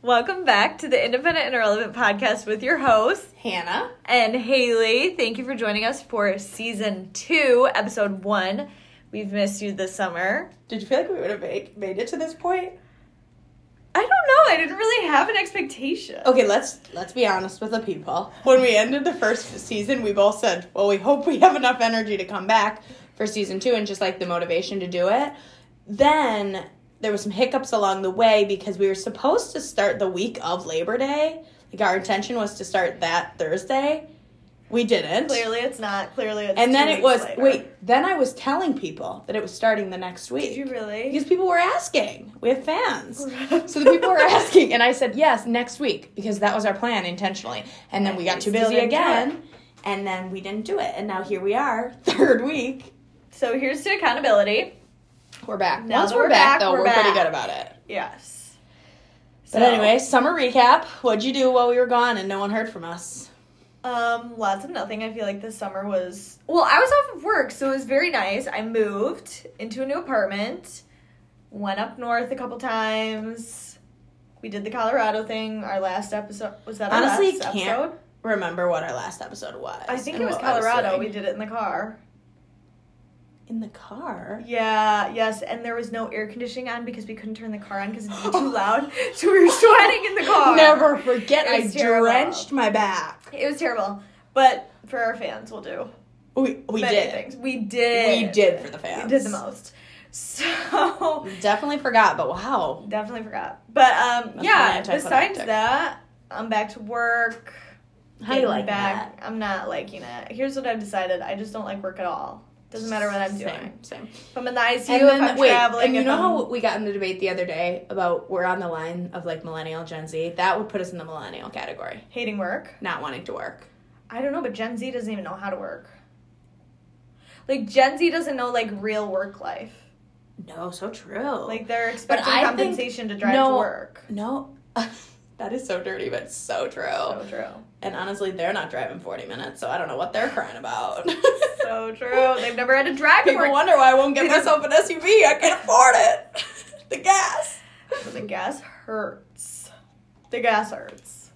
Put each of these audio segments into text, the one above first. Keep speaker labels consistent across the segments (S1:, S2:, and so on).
S1: Welcome back to the Independent and Irrelevant podcast with your hosts
S2: Hannah.
S1: and Haley. Thank you for joining us for season two, episode one. We've missed you this summer.
S2: Did you feel like we would have made, made it to this point?
S1: I don't know. I didn't really have an expectation.
S2: Okay, let's let's be honest with the people. When we ended the first season, we both said, "Well, we hope we have enough energy to come back for season 2 and just like the motivation to do it." Then there were some hiccups along the way because we were supposed to start the week of Labor Day. Like our intention was to start that Thursday. We didn't.
S1: Clearly, it's not. Clearly, it's
S2: And
S1: two
S2: then it
S1: weeks
S2: was
S1: later.
S2: wait, then I was telling people that it was starting the next week.
S1: Did you really?
S2: Because people were asking. We have fans. so the people were asking, and I said, yes, next week, because that was our plan intentionally. And then we got too busy
S1: Building
S2: again, and then we didn't do it. And now here we are, third week.
S1: So here's to accountability.
S2: We're back.
S1: Now
S2: Once
S1: that
S2: we're,
S1: we're
S2: back,
S1: back,
S2: though,
S1: we're
S2: we're, pretty
S1: back.
S2: good about it.
S1: Yes.
S2: But
S1: So,
S2: anyway, summer recap. What'd you do while we were gone and no one heard from us?
S1: um, lots of nothing. I feel like this summer was well. I was off of work, so it was very nice. I moved into a new apartment. Went up north a couple times. We did the Colorado thing. Our last episode was that our
S2: Honestly,
S1: last
S2: can't-
S1: episode.
S2: Remember what our last episode was.
S1: I think
S2: and
S1: it was
S2: what I
S1: Colorado. we
S2: doing.
S1: did it in the car.
S2: In the car.
S1: Yeah, yes, and there was no air conditioning on because we couldn't turn the car on because it'd be too loud. So we were sweating in the car.
S2: Never forget,
S1: It
S2: I
S1: was terrible.
S2: drenched my back.
S1: It was terrible. But for our fans, we'll do
S2: We, we
S1: many
S2: did.
S1: things. We did.
S2: We did for the fans.
S1: We did the most. So
S2: Definitely forgot, but wow.
S1: definitely forgot. But um,
S2: Must've
S1: yeah.
S2: been
S1: Besides
S2: anticlimactic.
S1: that, I'm back to work.
S2: How do you
S1: Getting
S2: like that?
S1: back. I'm not liking it. Here's what I've decided. I just don't like work at all. Doesn't matter what I'm
S2: same,
S1: doing.
S2: Same.
S1: If I'm in the ICU,
S2: And
S1: if
S2: then,
S1: I'm
S2: wait,
S1: traveling,
S2: and you
S1: if
S2: know
S1: I'm-
S2: how we got in the debate the other day about we're on the line of like millennial Gen Z? That would put us in the millennial category,
S1: hating work.
S2: not wanting to work.
S1: I don't know, but Gen Z doesn't even know how to work. Like Gen Z doesn't know like real work life.
S2: No, so true.
S1: Like they're expecting
S2: I think-
S1: compensation to drive to
S2: no.
S1: work.
S2: no, that is so dirty, but so true.
S1: So true.
S2: And honestly, they're not driving 40 minutes, so I don't know what they're crying about.
S1: So true. They've never had to drive to
S2: People
S1: work.
S2: wonder why I won't get myself an SUV. I can't afford it. the gas.
S1: So the gas hurts. The gas hurts.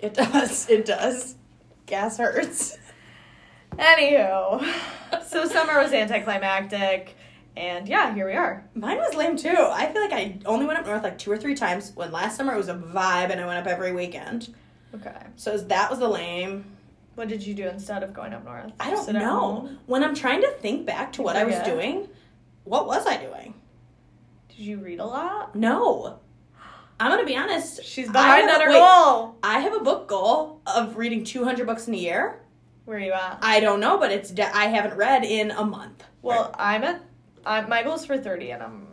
S2: It does. It does. Gas hurts.
S1: Anywho, so summer was anticlimactic, and yeah, here we are.
S2: Mine was lame too. I feel like I only went up north like two or three times. When last summer it was a vibe, and I went up every weekend.
S1: Okay.
S2: So that was the lame.
S1: What did you do instead of going up north?
S2: I don't
S1: Sit at
S2: know.
S1: home?
S2: When I'm trying to think back to
S1: You
S2: what I was
S1: forget?
S2: doing, what was I doing?
S1: Did you read a lot?
S2: No. I'm gonna be honest.
S1: She's
S2: I
S1: behind
S2: have-
S1: on her
S2: wait.
S1: goal.
S2: I have a book goal of reading 200 books in a year.
S1: Where are you at?
S2: I don't know, but it's de- I haven't read in a month.
S1: Well, I'm at I'm, my goal's for thirty, and I'm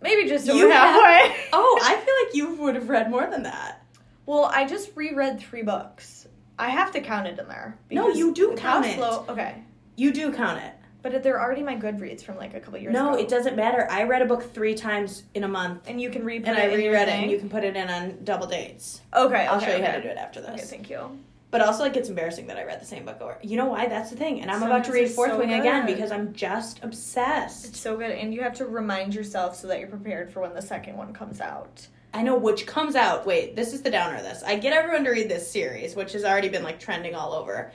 S1: maybe just over
S2: You have-
S1: halfway.
S2: oh, I feel like you would have read more than that.
S1: well, I just reread three books. I have to count it in there.
S2: No, you do
S1: because how
S2: count it.
S1: slow- okay,
S2: You do count it.
S1: but if they're already my Goodreads from like a couple years
S2: no,
S1: ago.
S2: it doesn't matter. I read a book three times in a month.
S1: And you can read.
S2: and I reread it, and you can put it in on double dates.
S1: Okay,
S2: I'll
S1: okay,
S2: show you
S1: okay.
S2: how to do it after
S1: Okay,
S2: this.
S1: thank you.
S2: But also, like, it's embarrassing that I read the same book over. You know why? That's the thing. And I'm about
S1: Sometimes
S2: to read
S1: it's
S2: Fourth
S1: so
S2: Wing again
S1: good.
S2: because I'm just obsessed.
S1: It's so good, and you have to remind yourself so that you're prepared for when the second one comes out.
S2: I know which comes out. Wait, this is the downer of this. I get everyone to read this series, which has already been like trending all over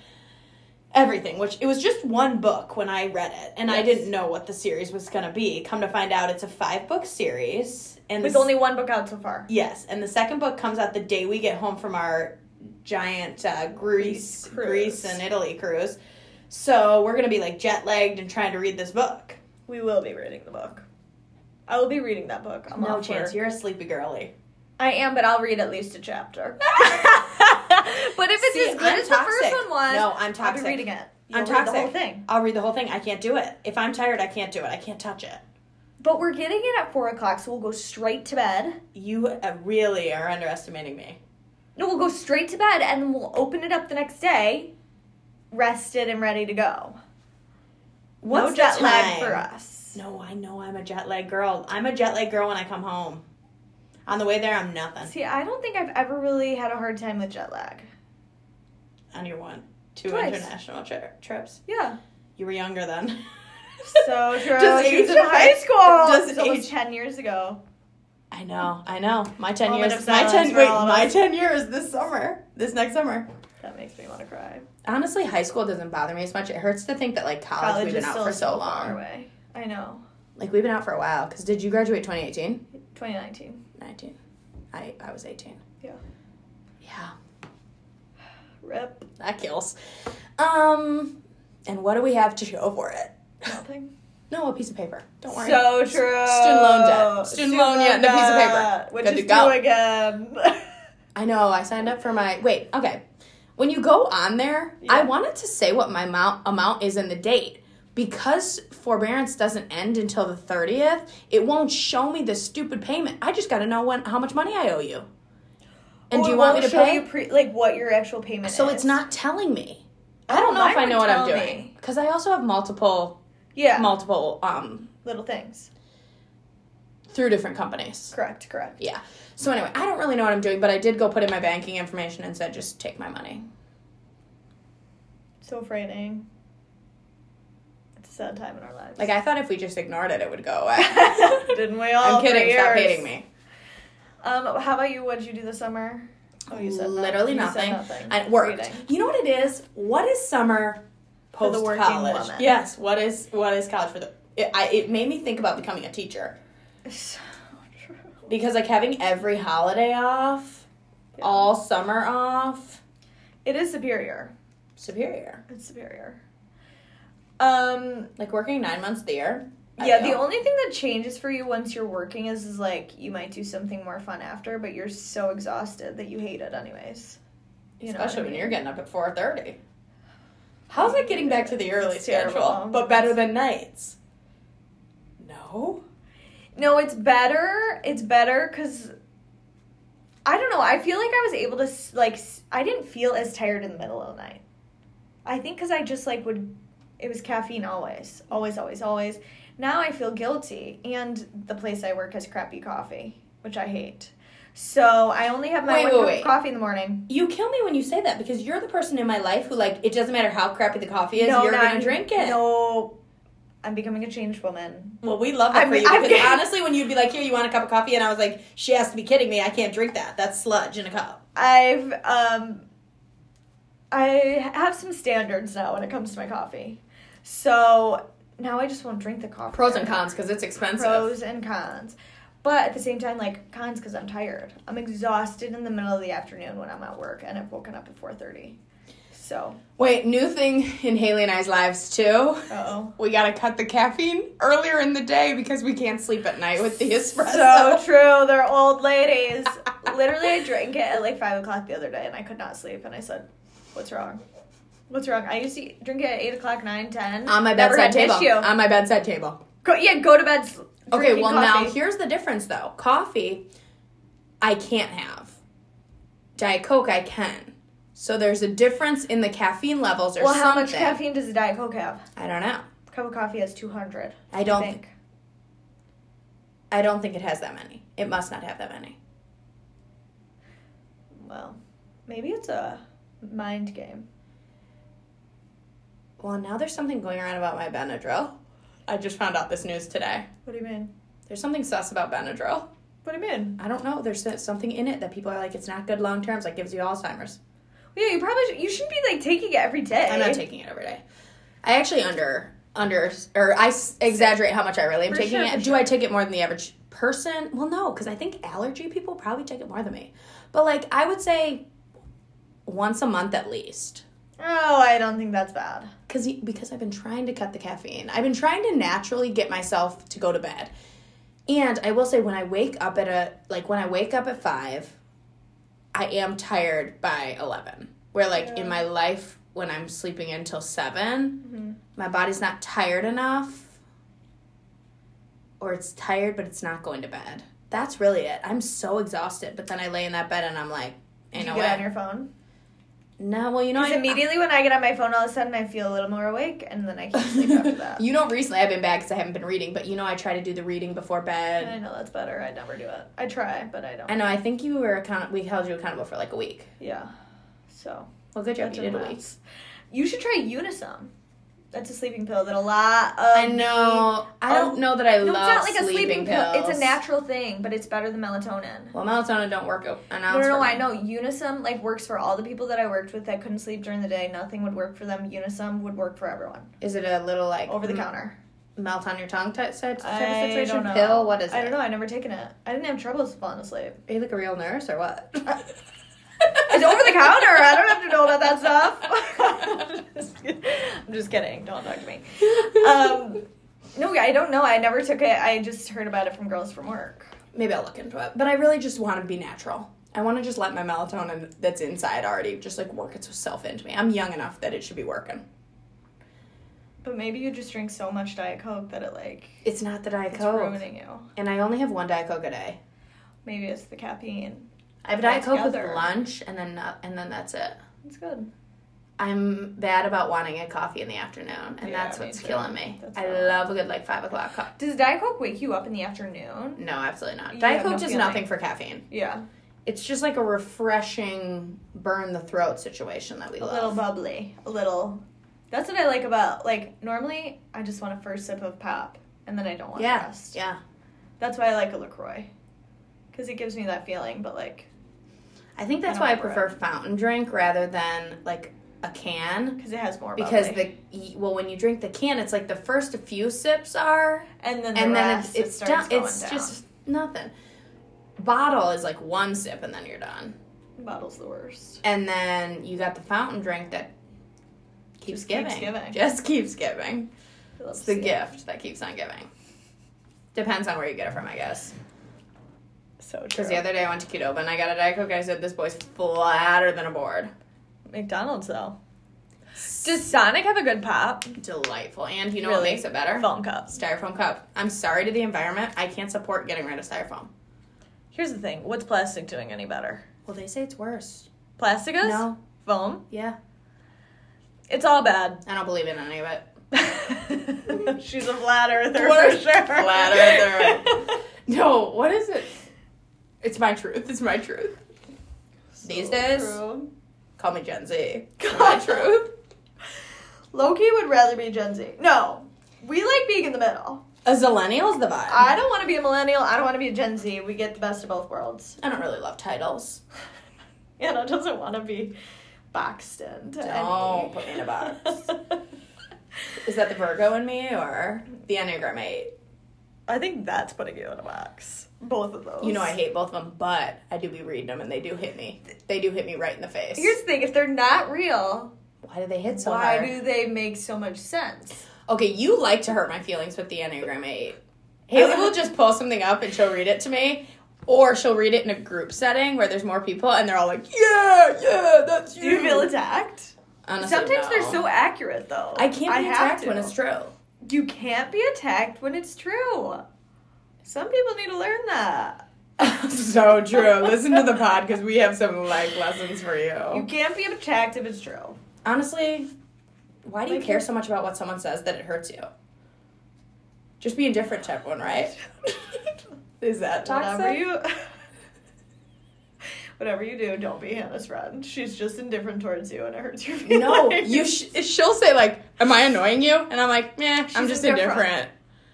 S2: everything. Which it was just one book when I read it, and I
S1: Yes.
S2: didn't know what the series was gonna be. Come to find out, it's a five book series, and
S1: With
S2: the
S1: only one book out so far.
S2: Yes, and the second book comes out the day we get home from our giant uh, Greece,
S1: Greece cruise.
S2: Greece and Italy cruise. So we're gonna be like jet lagged and trying to read this book.
S1: We will be reading the book. I will be reading that book. I'm
S2: no
S1: all for-
S2: chance. You're a sleepy girly.
S1: I am, but I'll read at least a chapter. but if it's
S2: See,
S1: as good
S2: I'm
S1: as the
S2: toxic.
S1: first one was,
S2: No, I'm
S1: I'll
S2: toxic.
S1: be reading it. You'll
S2: I'm
S1: read
S2: toxic.
S1: the whole thing.
S2: I'll read the whole thing. I can't do it. If I'm tired, I can't do it. I can't touch it.
S1: But we're getting it at four o'clock, so we'll go straight to bed.
S2: You uh, really are underestimating me.
S1: No, we'll go straight to bed, and then we'll open it up the next day, rested and ready to go.
S2: What's
S1: no
S2: the
S1: jet lag
S2: time?
S1: for us.
S2: No, I know I'm a jet lag girl. I'm a jet lag girl when I come home. On the way there, I'm nothing.
S1: See, I don't think I've ever really had a hard time with jet lag.
S2: On your one, two
S1: Twice.
S2: international tri- trips.
S1: Yeah.
S2: You were younger then.
S1: So true.
S2: Does
S1: She was
S2: age
S1: in high
S2: affect-
S1: school.
S2: does
S1: It's almost
S2: age-
S1: ten years ago.
S2: I I know, I know. My ten
S1: Moment
S2: years,
S1: of
S2: my
S1: silence
S2: ten
S1: for
S2: wait,
S1: all of
S2: my
S1: us.
S2: ten years this summer, this next summer.
S1: That makes me want to cry.
S2: Honestly, high school doesn't bother me as much. It hurts to think that like college, we've been out for so long.
S1: far away. I know.
S2: Like we've been out for a while. Cause did you graduate 2018?
S1: 2019.
S2: 19. I I was 18.
S1: Yeah.
S2: Yeah,
S1: Rip.
S2: that kills. Um, and what do we have to show for it?
S1: Nothing.
S2: No, a piece of paper. Don't worry.
S1: So true.
S2: student loan debt. Student loan debt and a piece of paper.
S1: debt, Which
S2: Good
S1: is
S2: to go.
S1: due again.
S2: I know. I signed up for my. Wait. Okay. When you go on there, I
S1: Yeah.
S2: wanted to say what my amount amount is in the date because forbearance doesn't end until the thirtieth. It won't show me the stupid payment. I just got to know when how much money I owe you. And
S1: Or
S2: do you
S1: it
S2: want
S1: won't
S2: me to
S1: show
S2: pay?
S1: You pre- like what your actual payment
S2: so
S1: is.
S2: it's not telling me.
S1: I
S2: I don't know if I
S1: Oh, mine
S2: know
S1: would
S2: what I'm
S1: tell
S2: doing
S1: me.
S2: because I also have multiple
S1: Yeah.
S2: multiple um
S1: Little things.
S2: through different companies.
S1: Correct. Correct.
S2: Yeah. So anyway, I don't really know what I'm doing, but I did go put in my banking information and said just take my money.
S1: So frightening. It's a sad time in our lives.
S2: Like I thought if we just ignored it, it would go away.
S1: Didn't we all?
S2: I'm kidding.
S1: for
S2: Stop
S1: years?
S2: hating me.
S1: Um, how about you? What did you do this summer? Oh, you said no-
S2: literally
S1: you said
S2: nothing.
S1: nothing.
S2: I worked.
S1: Reading.
S2: You know what it is? What is summer
S1: For the
S2: post
S1: working
S2: college?
S1: woman.
S2: Yes. What is what is college for the? It, I, it made me think about becoming a teacher
S1: So true.
S2: because like having every holiday off,
S1: Yeah.
S2: all summer off,
S1: It is superior.
S2: superior.
S1: It's superior. Um.
S2: Like working nine months there.
S1: Yeah, the only thing that changes for you once you're working is is like you might do something more fun after, but you're so exhausted that you hate it anyways. You know what I
S2: especially when
S1: mean?
S2: you're getting up at four thirty. How's that getting back to the early
S1: It's
S2: schedule,
S1: terrible.
S2: but better than nights? No.
S1: No, it's better. It's better because I don't know. I feel like I was able to s- like s- I didn't feel as tired in the middle of the night. I think because I just like would. It was caffeine always, always, always, always. Now I feel guilty, and the place I work has crappy coffee, which I hate. So I only have my one
S2: Wait, wait,
S1: cup of
S2: wait.
S1: coffee in the morning.
S2: You kill me when you say that because you're the person in my life who like it doesn't matter how crappy the coffee is, you're
S1: not-
S2: gonna drink it.
S1: No, I'm becoming a changed woman.
S2: Well, we love that
S1: I'm-
S2: for you
S1: I'm
S2: because
S1: getting-
S2: honestly, when you'd be like, "Here, you want a cup of coffee?" and I was like, "She has to be kidding me! I can't drink that. That's sludge in a cup."
S1: I've um I have some standards now when it comes to my coffee. So now I just won't drink the coffee.
S2: Pros and cons because it's expensive.
S1: Pros and cons. But at the same time, like cons because I'm tired. I'm exhausted in the middle of the afternoon when I'm at work and I've woken up at four thirty. So
S2: Wait, new thing in Haley and I's lives too.
S1: oh.
S2: We gotta cut the caffeine earlier in the day because we can't sleep at night with the espresso.
S1: So true. They're old ladies. Literally, I drank it at like five o'clock the other day, and I could not sleep. And I said, "What's wrong? What's wrong?" I used to drink it at eight o'clock, nine, ten.
S2: on my
S1: Never
S2: bedside
S1: had an
S2: table.
S1: issue.
S2: On my bedside table.
S1: Go, yeah, go to bed. s-
S2: Okay,
S1: drinking
S2: well now
S1: coffee.
S2: here's the difference though. Coffee I can't have. Diet Coke I can. So there's a difference in the caffeine levels or
S1: Well, how
S2: something.
S1: much caffeine does a Diet Coke have?
S2: I don't know.
S1: A cup of coffee has 200.
S2: I don't think I don't think it has that many. It must not have that many.
S1: Well, maybe it's a mind game.
S2: Well, now there's something going around about my Benadryl. I just found out this news today.
S1: What do you mean?
S2: There's something sus about Benadryl.
S1: What do you mean?
S2: I don't know. There's something in it that people are like, it's not good long terms. Like gives you Alzheimer's.
S1: Yeah, you probably should, you shouldn't be like taking it every day.
S2: I'm not taking it every day. I actually under under or I s- exaggerate how much I really am
S1: For
S2: taking
S1: sure,
S2: it.
S1: for
S2: Do I take it more than the average person? Well, no, because I think allergy people probably take it more than me. But like I would say once a month at least.
S1: Oh, I don't think that's bad.
S2: Cause, y- because I've been trying to cut the caffeine. I've been trying to naturally get myself to go to bed. And I will say when I wake up at a like when I wake up at 5, I am tired by 11. Where like
S1: Yeah.
S2: in my life when I'm sleeping until 7,
S1: Mhm.
S2: my body's not tired enough or it's tired but it's not going to bed that's really it i'm so exhausted but then i lay in that bed and i'm like
S1: Did
S2: ain't no
S1: you get on
S2: way
S1: your phone?
S2: no well you know
S1: 'Cause
S2: I-
S1: immediately when I get on my phone, all of a sudden I feel a little more awake, and then I can't sleep after that.
S2: you know recently i've been bad because i haven't been reading but you know i try to do the reading before bed
S1: I know that's better. I never do it. I try, but I don't.
S2: i know i think you were account- we held you accountable for like a week
S1: Yeah. So
S2: well good job
S1: that's
S2: you did
S1: a
S2: a week
S1: mess. You should try Unisom. That's a sleeping pill that a lot of
S2: I know. I don't know that I
S1: the- No,
S2: love
S1: it's not like a sleeping
S2: sleeping, pills.
S1: pill. It's a natural thing, but it's better than melatonin.
S2: Well, melatonin don't work o- an
S1: No,
S2: ounce.
S1: no, no,
S2: for
S1: I
S2: me.
S1: know. Unisum like works for all the people that I worked with that couldn't sleep during the day. Nothing would work for them. Unisum would work for everyone.
S2: Is it a little like
S1: Over the
S2: m-
S1: counter.
S2: melt on your tongue type, type type of
S1: I
S2: situation?
S1: don't know.
S2: Pill? What is it?
S1: I don't know. I've never taken it. I didn't have trouble falling asleep.
S2: Are you like a real nurse or what?
S1: It's over the counter. I don't have to know about that stuff. I'm just kidding. Don't talk to me.
S2: Uh,
S1: Um, no, I don't know. I never took it. I just heard about it from girls from work.
S2: Maybe I'll look into it. But I really just want to be natural. I want to just let my melatonin that's inside already just like work itself into me. I'm young enough that it should be working.
S1: But maybe you just drink so much Diet Coke that it like
S2: It's not that I
S1: it's
S2: Coke.
S1: ruining you.
S2: And I only have one Diet Coke a day.
S1: Maybe it's the caffeine.
S2: I have a Diet Coke with
S1: Altogether.
S2: lunch and then not, and then that's it.
S1: It's good.
S2: I'm bad about wanting a coffee in the afternoon, and
S1: Yeah,
S2: that's
S1: me
S2: what's
S1: too.
S2: killing me.
S1: That's
S2: I
S1: not-
S2: love a good like five o'clock cup.
S1: Does Diet Coke wake you up in the afternoon?
S2: No, absolutely not.
S1: You
S2: Diet
S1: have no
S2: Coke does
S1: feeling.
S2: nothing for caffeine.
S1: Yeah,
S2: It's just like a refreshing burn the throat situation that we
S1: a
S2: love.
S1: little bubbly, a little. That's what I like about like normally I just want a first sip of pop and then I don't want the
S2: yeah,
S1: rest.
S2: yeah.
S1: That's why I like a Lacroix, because it gives me that feeling. But like,
S2: I think that's
S1: I don't
S2: why I
S1: like
S2: prefer fountain drink rather than like a can
S1: because it has more
S2: because
S1: bubbly.
S2: the y- well when you drink the can it's like the first few sips are
S1: and then the
S2: and then
S1: rest,
S2: it's it's
S1: it starts
S2: done
S1: going
S2: it's
S1: down.
S2: just nothing. Bottle is like one sip and then you're done.
S1: bottles the worst.
S2: And then you got the fountain drink that keeps
S1: Just keeps
S2: giving.
S1: giving.
S2: Just keeps giving.
S1: I love
S2: It's
S1: to
S2: the
S1: see it.
S2: gift that keeps on giving. Depends on where you get it from, I guess.
S1: So true.
S2: Because the other day I went to Qdoba and I got a Diet Coke. I said, this boy's flatter than a board.
S1: McDonald's though. Does Sonic have a good pop?
S2: Delightful. And you know what
S1: Really?
S2: makes it better?
S1: Foam cups.
S2: Styrofoam cup. I'm sorry to the environment. I can't support getting rid of styrofoam.
S1: Here's the thing. What's plastic doing any better?
S2: Well, they say it's worse.
S1: Plastic is
S2: No.
S1: foam.
S2: Yeah.
S1: It's all bad.
S2: I don't believe in any of it.
S1: She's a flat earther
S2: Worst
S1: for sure.
S2: flat earther. No, what is it? It's my truth. It's my truth. These days,
S1: true.
S2: Call me Gen Z.
S1: God.
S2: My truth.
S1: Loki would rather be Gen Z. No, we like being in the middle.
S2: A zillennial's the vibe.
S1: I don't want to be a millennial. I don't want to be a Gen Z. We get the best of both worlds.
S2: I don't really love titles.
S1: Anna doesn't want to be boxed in. to
S2: Don't
S1: any-
S2: put me in a box. Is that the Virgo in me or the Enneagram 8?
S1: I think that's putting you in a box. Both of those.
S2: You know I hate both of them, but I do be reading them and they do hit me. They do hit me right in the face.
S1: Here's the thing: if they're not real,
S2: Why do they hit so
S1: why
S2: hard? Mm.
S1: do they make so much sense?
S2: Okay, you like to hurt my feelings with the Enneagram 8. Haley will just pull something up and she'll read it to me, or she'll read it in a group setting where there's more people and they're all like, yeah, yeah, that's
S1: Do
S2: you.
S1: you feel attacked?
S2: Honestly,
S1: Sometimes
S2: no.
S1: they're so accurate, though.
S2: I can't be
S1: have
S2: attacked
S1: to.
S2: when it's true.
S1: You can't be attacked when it's true. Some people need to learn that.
S2: so true. Listen to the pod because we have some life lessons for
S1: You
S2: you.
S1: can't be attacked if it's true.
S2: Honestly, why do you
S1: Like-
S2: care so much about what someone says that it hurts you? Just be indifferent to everyone, right? Is that
S1: Whatever
S2: toxic?
S1: you. Whatever you do, don't be Hannah's friend. She's just indifferent towards you, and it hurts your feelings.
S2: No, you. Sh- she'll say like, "Am I annoying you?" And I'm like, "Meh, I'm
S1: She's
S2: just
S1: indifferent.
S2: indifferent."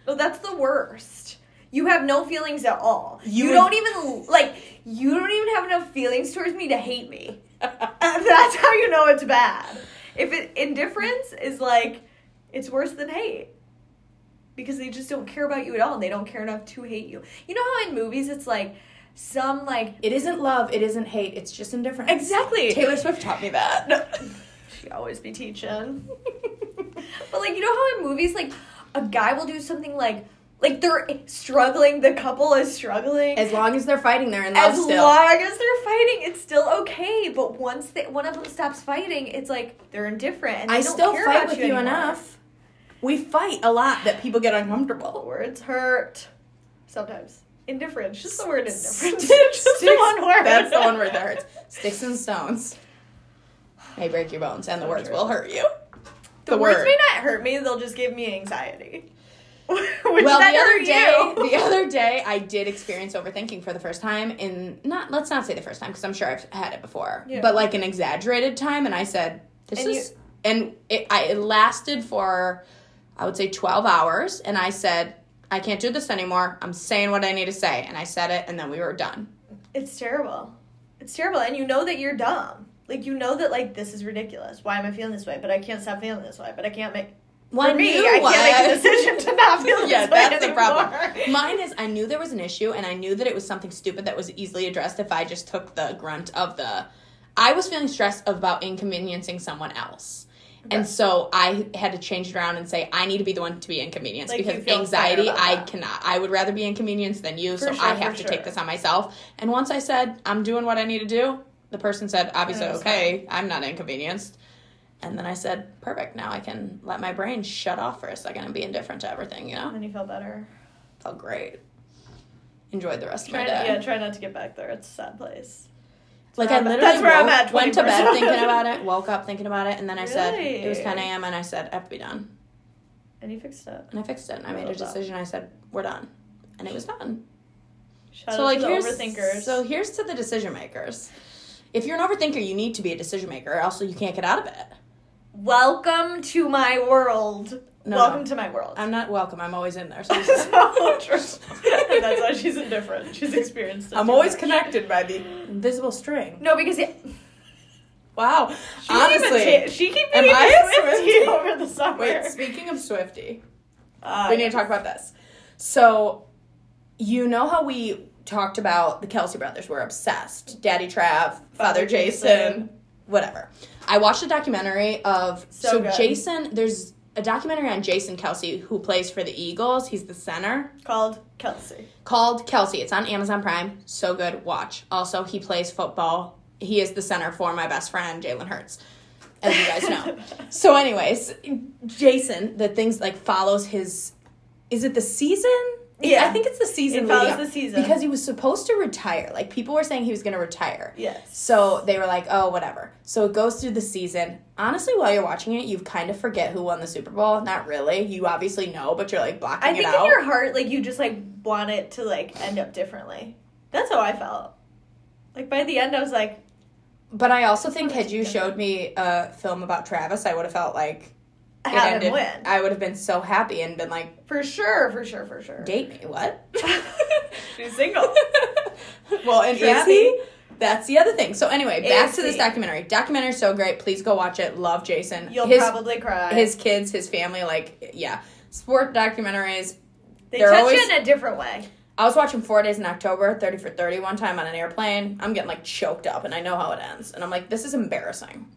S1: No, that's the worst. You have no feelings at all.
S2: You
S1: You,
S2: would-
S1: don't even like. You don't even have enough feelings towards me to hate me. And that's how you know it's bad. If it, indifference is like, it's worse than hate. Because they just don't care about you at all, and they don't care enough to hate you. You know how in movies it's like some like
S2: it isn't love. It isn't hate. It's just indifference.
S1: exactly.
S2: Taylor Swift taught me that.
S1: She always be teaching. But like you know how in movies like a guy will do something like like they're struggling, the couple is struggling.
S2: as long as they're fighting, they're in love
S1: As
S2: still.
S1: long as they're fighting, it's still okay. But once they, one of them stops fighting, it's like they're indifferent. And they
S2: I
S1: don't
S2: still
S1: care
S2: fight
S1: about
S2: with
S1: you
S2: you
S1: anymore.
S2: enough. We fight a lot that people get uncomfortable.
S1: Words hurt sometimes. Indifferent, just the word indifferent.
S2: Sticks-
S1: just the one word.
S2: That's the one word that hurts. Sticks and stones may break your bones, and the words will hurt you.
S1: The,
S2: The
S1: words
S2: word.
S1: may not hurt me; they'll just give me anxiety. Which
S2: well,
S1: then
S2: the other
S1: hurt
S2: day,
S1: you.
S2: the other day, I did experience overthinking for the first time in not. Let's not say the first time because I'm sure I've had it before,
S1: Yeah.
S2: but like an exaggerated time, and I said, "This
S1: And
S2: is." and it, I, it lasted for I would say 12 hours, and I said, I can't do this anymore. I'm saying what I need to say, and I said it, and then we were done.
S1: It's terrible. It's terrible. And you know that you're dumb. Like, you know that, like, this is ridiculous. Why am I feeling this way? But I can't stop feeling this way. But I can't make.
S2: Well, I
S1: For me,
S2: knew
S1: I can't
S2: I-
S1: make a decision to not feel this
S2: yeah,
S1: way
S2: that's the
S1: anymore.
S2: problem. Mine is I knew there was an issue, and I knew that it was something stupid that was easily addressed if I just took the grunt of the. I was feeling stressed about inconveniencing someone else. And so I had to change it around and say I need to be the one to be inconvenienced
S1: Like, you
S2: because
S1: feel better
S2: anxiety
S1: about
S2: I
S1: that.
S2: cannot. I would rather be inconvenienced than you,
S1: For
S2: so
S1: sure,
S2: I
S1: for
S2: have to
S1: sure.
S2: take this on myself. And once I said I'm doing what I need to do, the person said obviously
S1: And it was
S2: okay, I'm not inconvenienced. And then I said, perfect. Now I can let my brain shut off for a second and be indifferent to everything. You know,
S1: And then you feel better.
S2: felt great. Enjoyed the rest of
S1: Try,
S2: my
S1: to-
S2: day.
S1: yeah, try not to get back there. It's a sad place.
S2: like I
S1: That's
S2: literally
S1: where I'm
S2: woke-
S1: at
S2: went to bed
S1: 24/7.
S2: thinking about it, woke up thinking about it, and then I said it was
S1: Really?
S2: 10 a.m. and I said I have to be done,
S1: And you fixed it.
S2: and I fixed it, and I made a
S1: Well done.
S2: decision. I said we're done, and it was done.
S1: Shout
S2: so
S1: out
S2: like
S1: to the
S2: here's
S1: overthinkers.
S2: so here's to the decision makers. If you're an overthinker, you need to be a decision maker, or else you can't get out of it.
S1: Welcome to my world.
S2: No,
S1: Welcome
S2: no.
S1: to my world.
S2: I'm not welcome. I'm always in there. So
S1: so true. That's why she's indifferent. She's experienced. it
S2: I'm
S1: too
S2: always
S1: much.
S2: connected by the invisible string.
S1: No, because it,
S2: Wow.
S1: she
S2: Honestly.
S1: even ta- she keep
S2: am
S1: being
S2: I a Swiftie?
S1: over the summer.
S2: Wait, speaking of Swifty,
S1: Uh,
S2: we need to talk about this. So, you know how we talked about the Kelsey brothers were obsessed. Daddy Trav, Father Jason,
S1: Jason.
S2: whatever. I watched a documentary of so,
S1: So good.
S2: Jason, there's a documentary on Jason Kelsey who plays for the Eagles. He's the center
S1: called Kelsey.
S2: called Kelsey. It's on Amazon Prime. So good. Watch. Also, he plays football. He is the center for my best friend, Jalen Hurts, as you guys know. so, anyways, Jason, the things like follows his. Is it the season?
S1: Yeah.
S2: I think it's the season.
S1: It follows
S2: leading up.
S1: the season.
S2: Because he was supposed to retire. Like, people were saying he was going to retire.
S1: Yes.
S2: So they were like, oh, whatever. So it goes through the season. Honestly, while you're watching it, you kind of forget who won the Super Bowl. Not really. You obviously know, but you're like blocking
S1: I think
S2: it
S1: in
S2: out.
S1: your heart, like you just like want it to like end up differently. That's how I felt. Like by the end, I was like,
S2: But I also think had you showed me a film about Travis, I would have felt like it
S1: have
S2: ended-
S1: him win
S2: I would have been so happy and been like,
S1: for sure, for sure, for sure.
S2: date me. What?
S1: She's single.
S2: well, and
S1: Travis.
S2: is he? That's the other thing. So anyway, back
S1: Is
S2: to this
S1: he?
S2: documentary. Documentary's so great. Please go watch it. Love Jason.
S1: You'll
S2: his
S1: probably cry.
S2: his kids, his family, like yeah. Sport documentaries.
S1: they
S2: they're
S1: touch
S2: always-
S1: it in a different way.
S2: I was watching Four Days in October, 30 for 30 one time on an airplane. I'm getting like choked up and I know how it ends. And I'm like, this is embarrassing.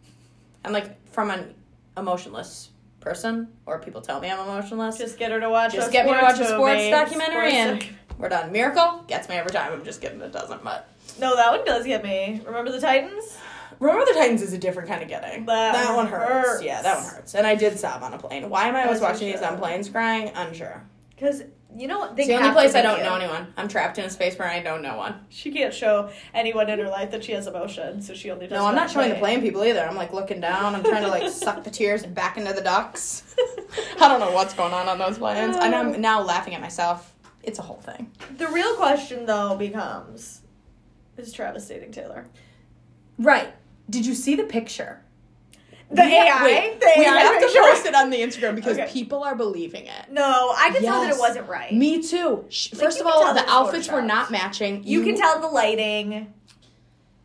S2: I'm like, from an emotionless person, or people tell me I'm emotionless.
S1: Just get her to watch.
S2: Just
S1: a
S2: get me to
S1: sports
S2: watch a sports
S1: movie,
S2: documentary and-
S1: doc-
S2: We're done. Miracle gets me every time. I'm just kidding, it doesn't. But
S1: no, that one does get me. Remember the Titans?
S2: Remember the Titans is a different kind of getting.
S1: That
S2: one
S1: one
S2: hurts.
S1: hurts.
S2: Yeah, that one hurts. And I did sob on a plane. Why am I always
S1: As you
S2: watching these
S1: should.
S2: on planes crying? Unsure.
S1: Because you know what? They
S2: It's the only
S1: have to
S2: place I
S1: make
S2: don't
S1: you.
S2: know anyone. I'm trapped in a space where I don't know one.
S1: She can't show anyone in her life that she has emotion, so she only does.
S2: no, I'm
S1: that
S2: not showing the
S1: way.
S2: plane people either. I'm like looking down. I'm trying to like suck the tears back into the ducts. I don't know what's going on on those planes. And I'm now laughing at myself. It's a whole thing.
S1: The real question though becomes, is Travis dating Taylor?
S2: Right. Did you see the picture?
S1: The
S2: We
S1: AI.
S2: ha- wait,
S1: the
S2: we
S1: AI
S2: have to
S1: picture?
S2: post it on the Instagram because
S1: Okay.
S2: people are believing it.
S1: No, I can tell that
S2: Yes.
S1: it wasn't right.
S2: Me too. Sh-
S1: Like,
S2: First
S1: you
S2: of
S1: can
S2: all,
S1: tell
S2: the
S1: that it's
S2: outfits were
S1: photoshopped.
S2: not matching.
S1: you can tell the lighting.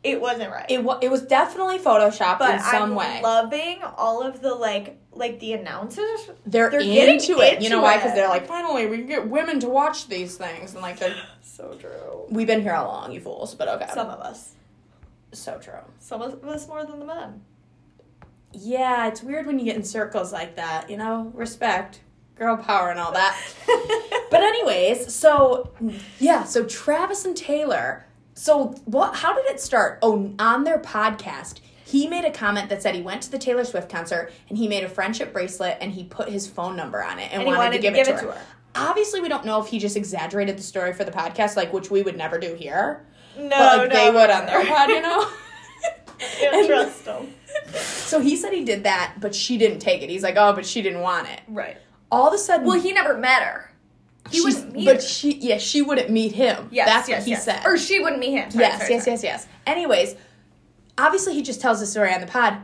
S1: It wasn't right.
S2: it. wa it was definitely photoshopped
S1: but
S2: in some
S1: I'm
S2: way.
S1: loving all of the like, like the announcers.
S2: they're
S1: they're
S2: into,
S1: getting
S2: it. You know
S1: into
S2: why? Because
S1: it.
S2: they're like, finally, we can get women to watch these things, and like, they're,
S1: So true.
S2: we've been here all along, you fools. But okay,
S1: Some of us,
S2: so true.
S1: some of us more than the men.
S2: Yeah, it's weird when you get in circles like that. You know, respect, girl power, and all that. But anyways, so yeah, so Travis and Taylor. So what? How did it start? Oh, on their podcast, he made a comment that said he went to the Taylor Swift concert and he made a friendship bracelet and he put his phone number on it and,
S1: And he
S2: wanted, to give, it, to, her.
S1: her.
S2: Obviously, we don't know if he just exaggerated the story for the podcast, like which we would never do here,
S1: no,
S2: but like
S1: no,
S2: they would
S1: no, no.
S2: on their pod, you know.
S1: Can't
S2: And-
S1: trust them.
S2: So he said he did that, but she didn't take it. He's like, oh, but she didn't want it.
S1: Right.
S2: All of a sudden,
S1: Well, he never met her. He
S2: She's-
S1: wouldn't meet
S2: but
S1: her.
S2: she yeah she wouldn't meet him
S1: Yes,
S2: that's
S1: yes,
S2: what he
S1: yes.
S2: said
S1: Or she wouldn't meet him. Sorry,
S2: yes
S1: sorry,
S2: yes
S1: sorry.
S2: yes yes anyways obviously he just tells the story on the pod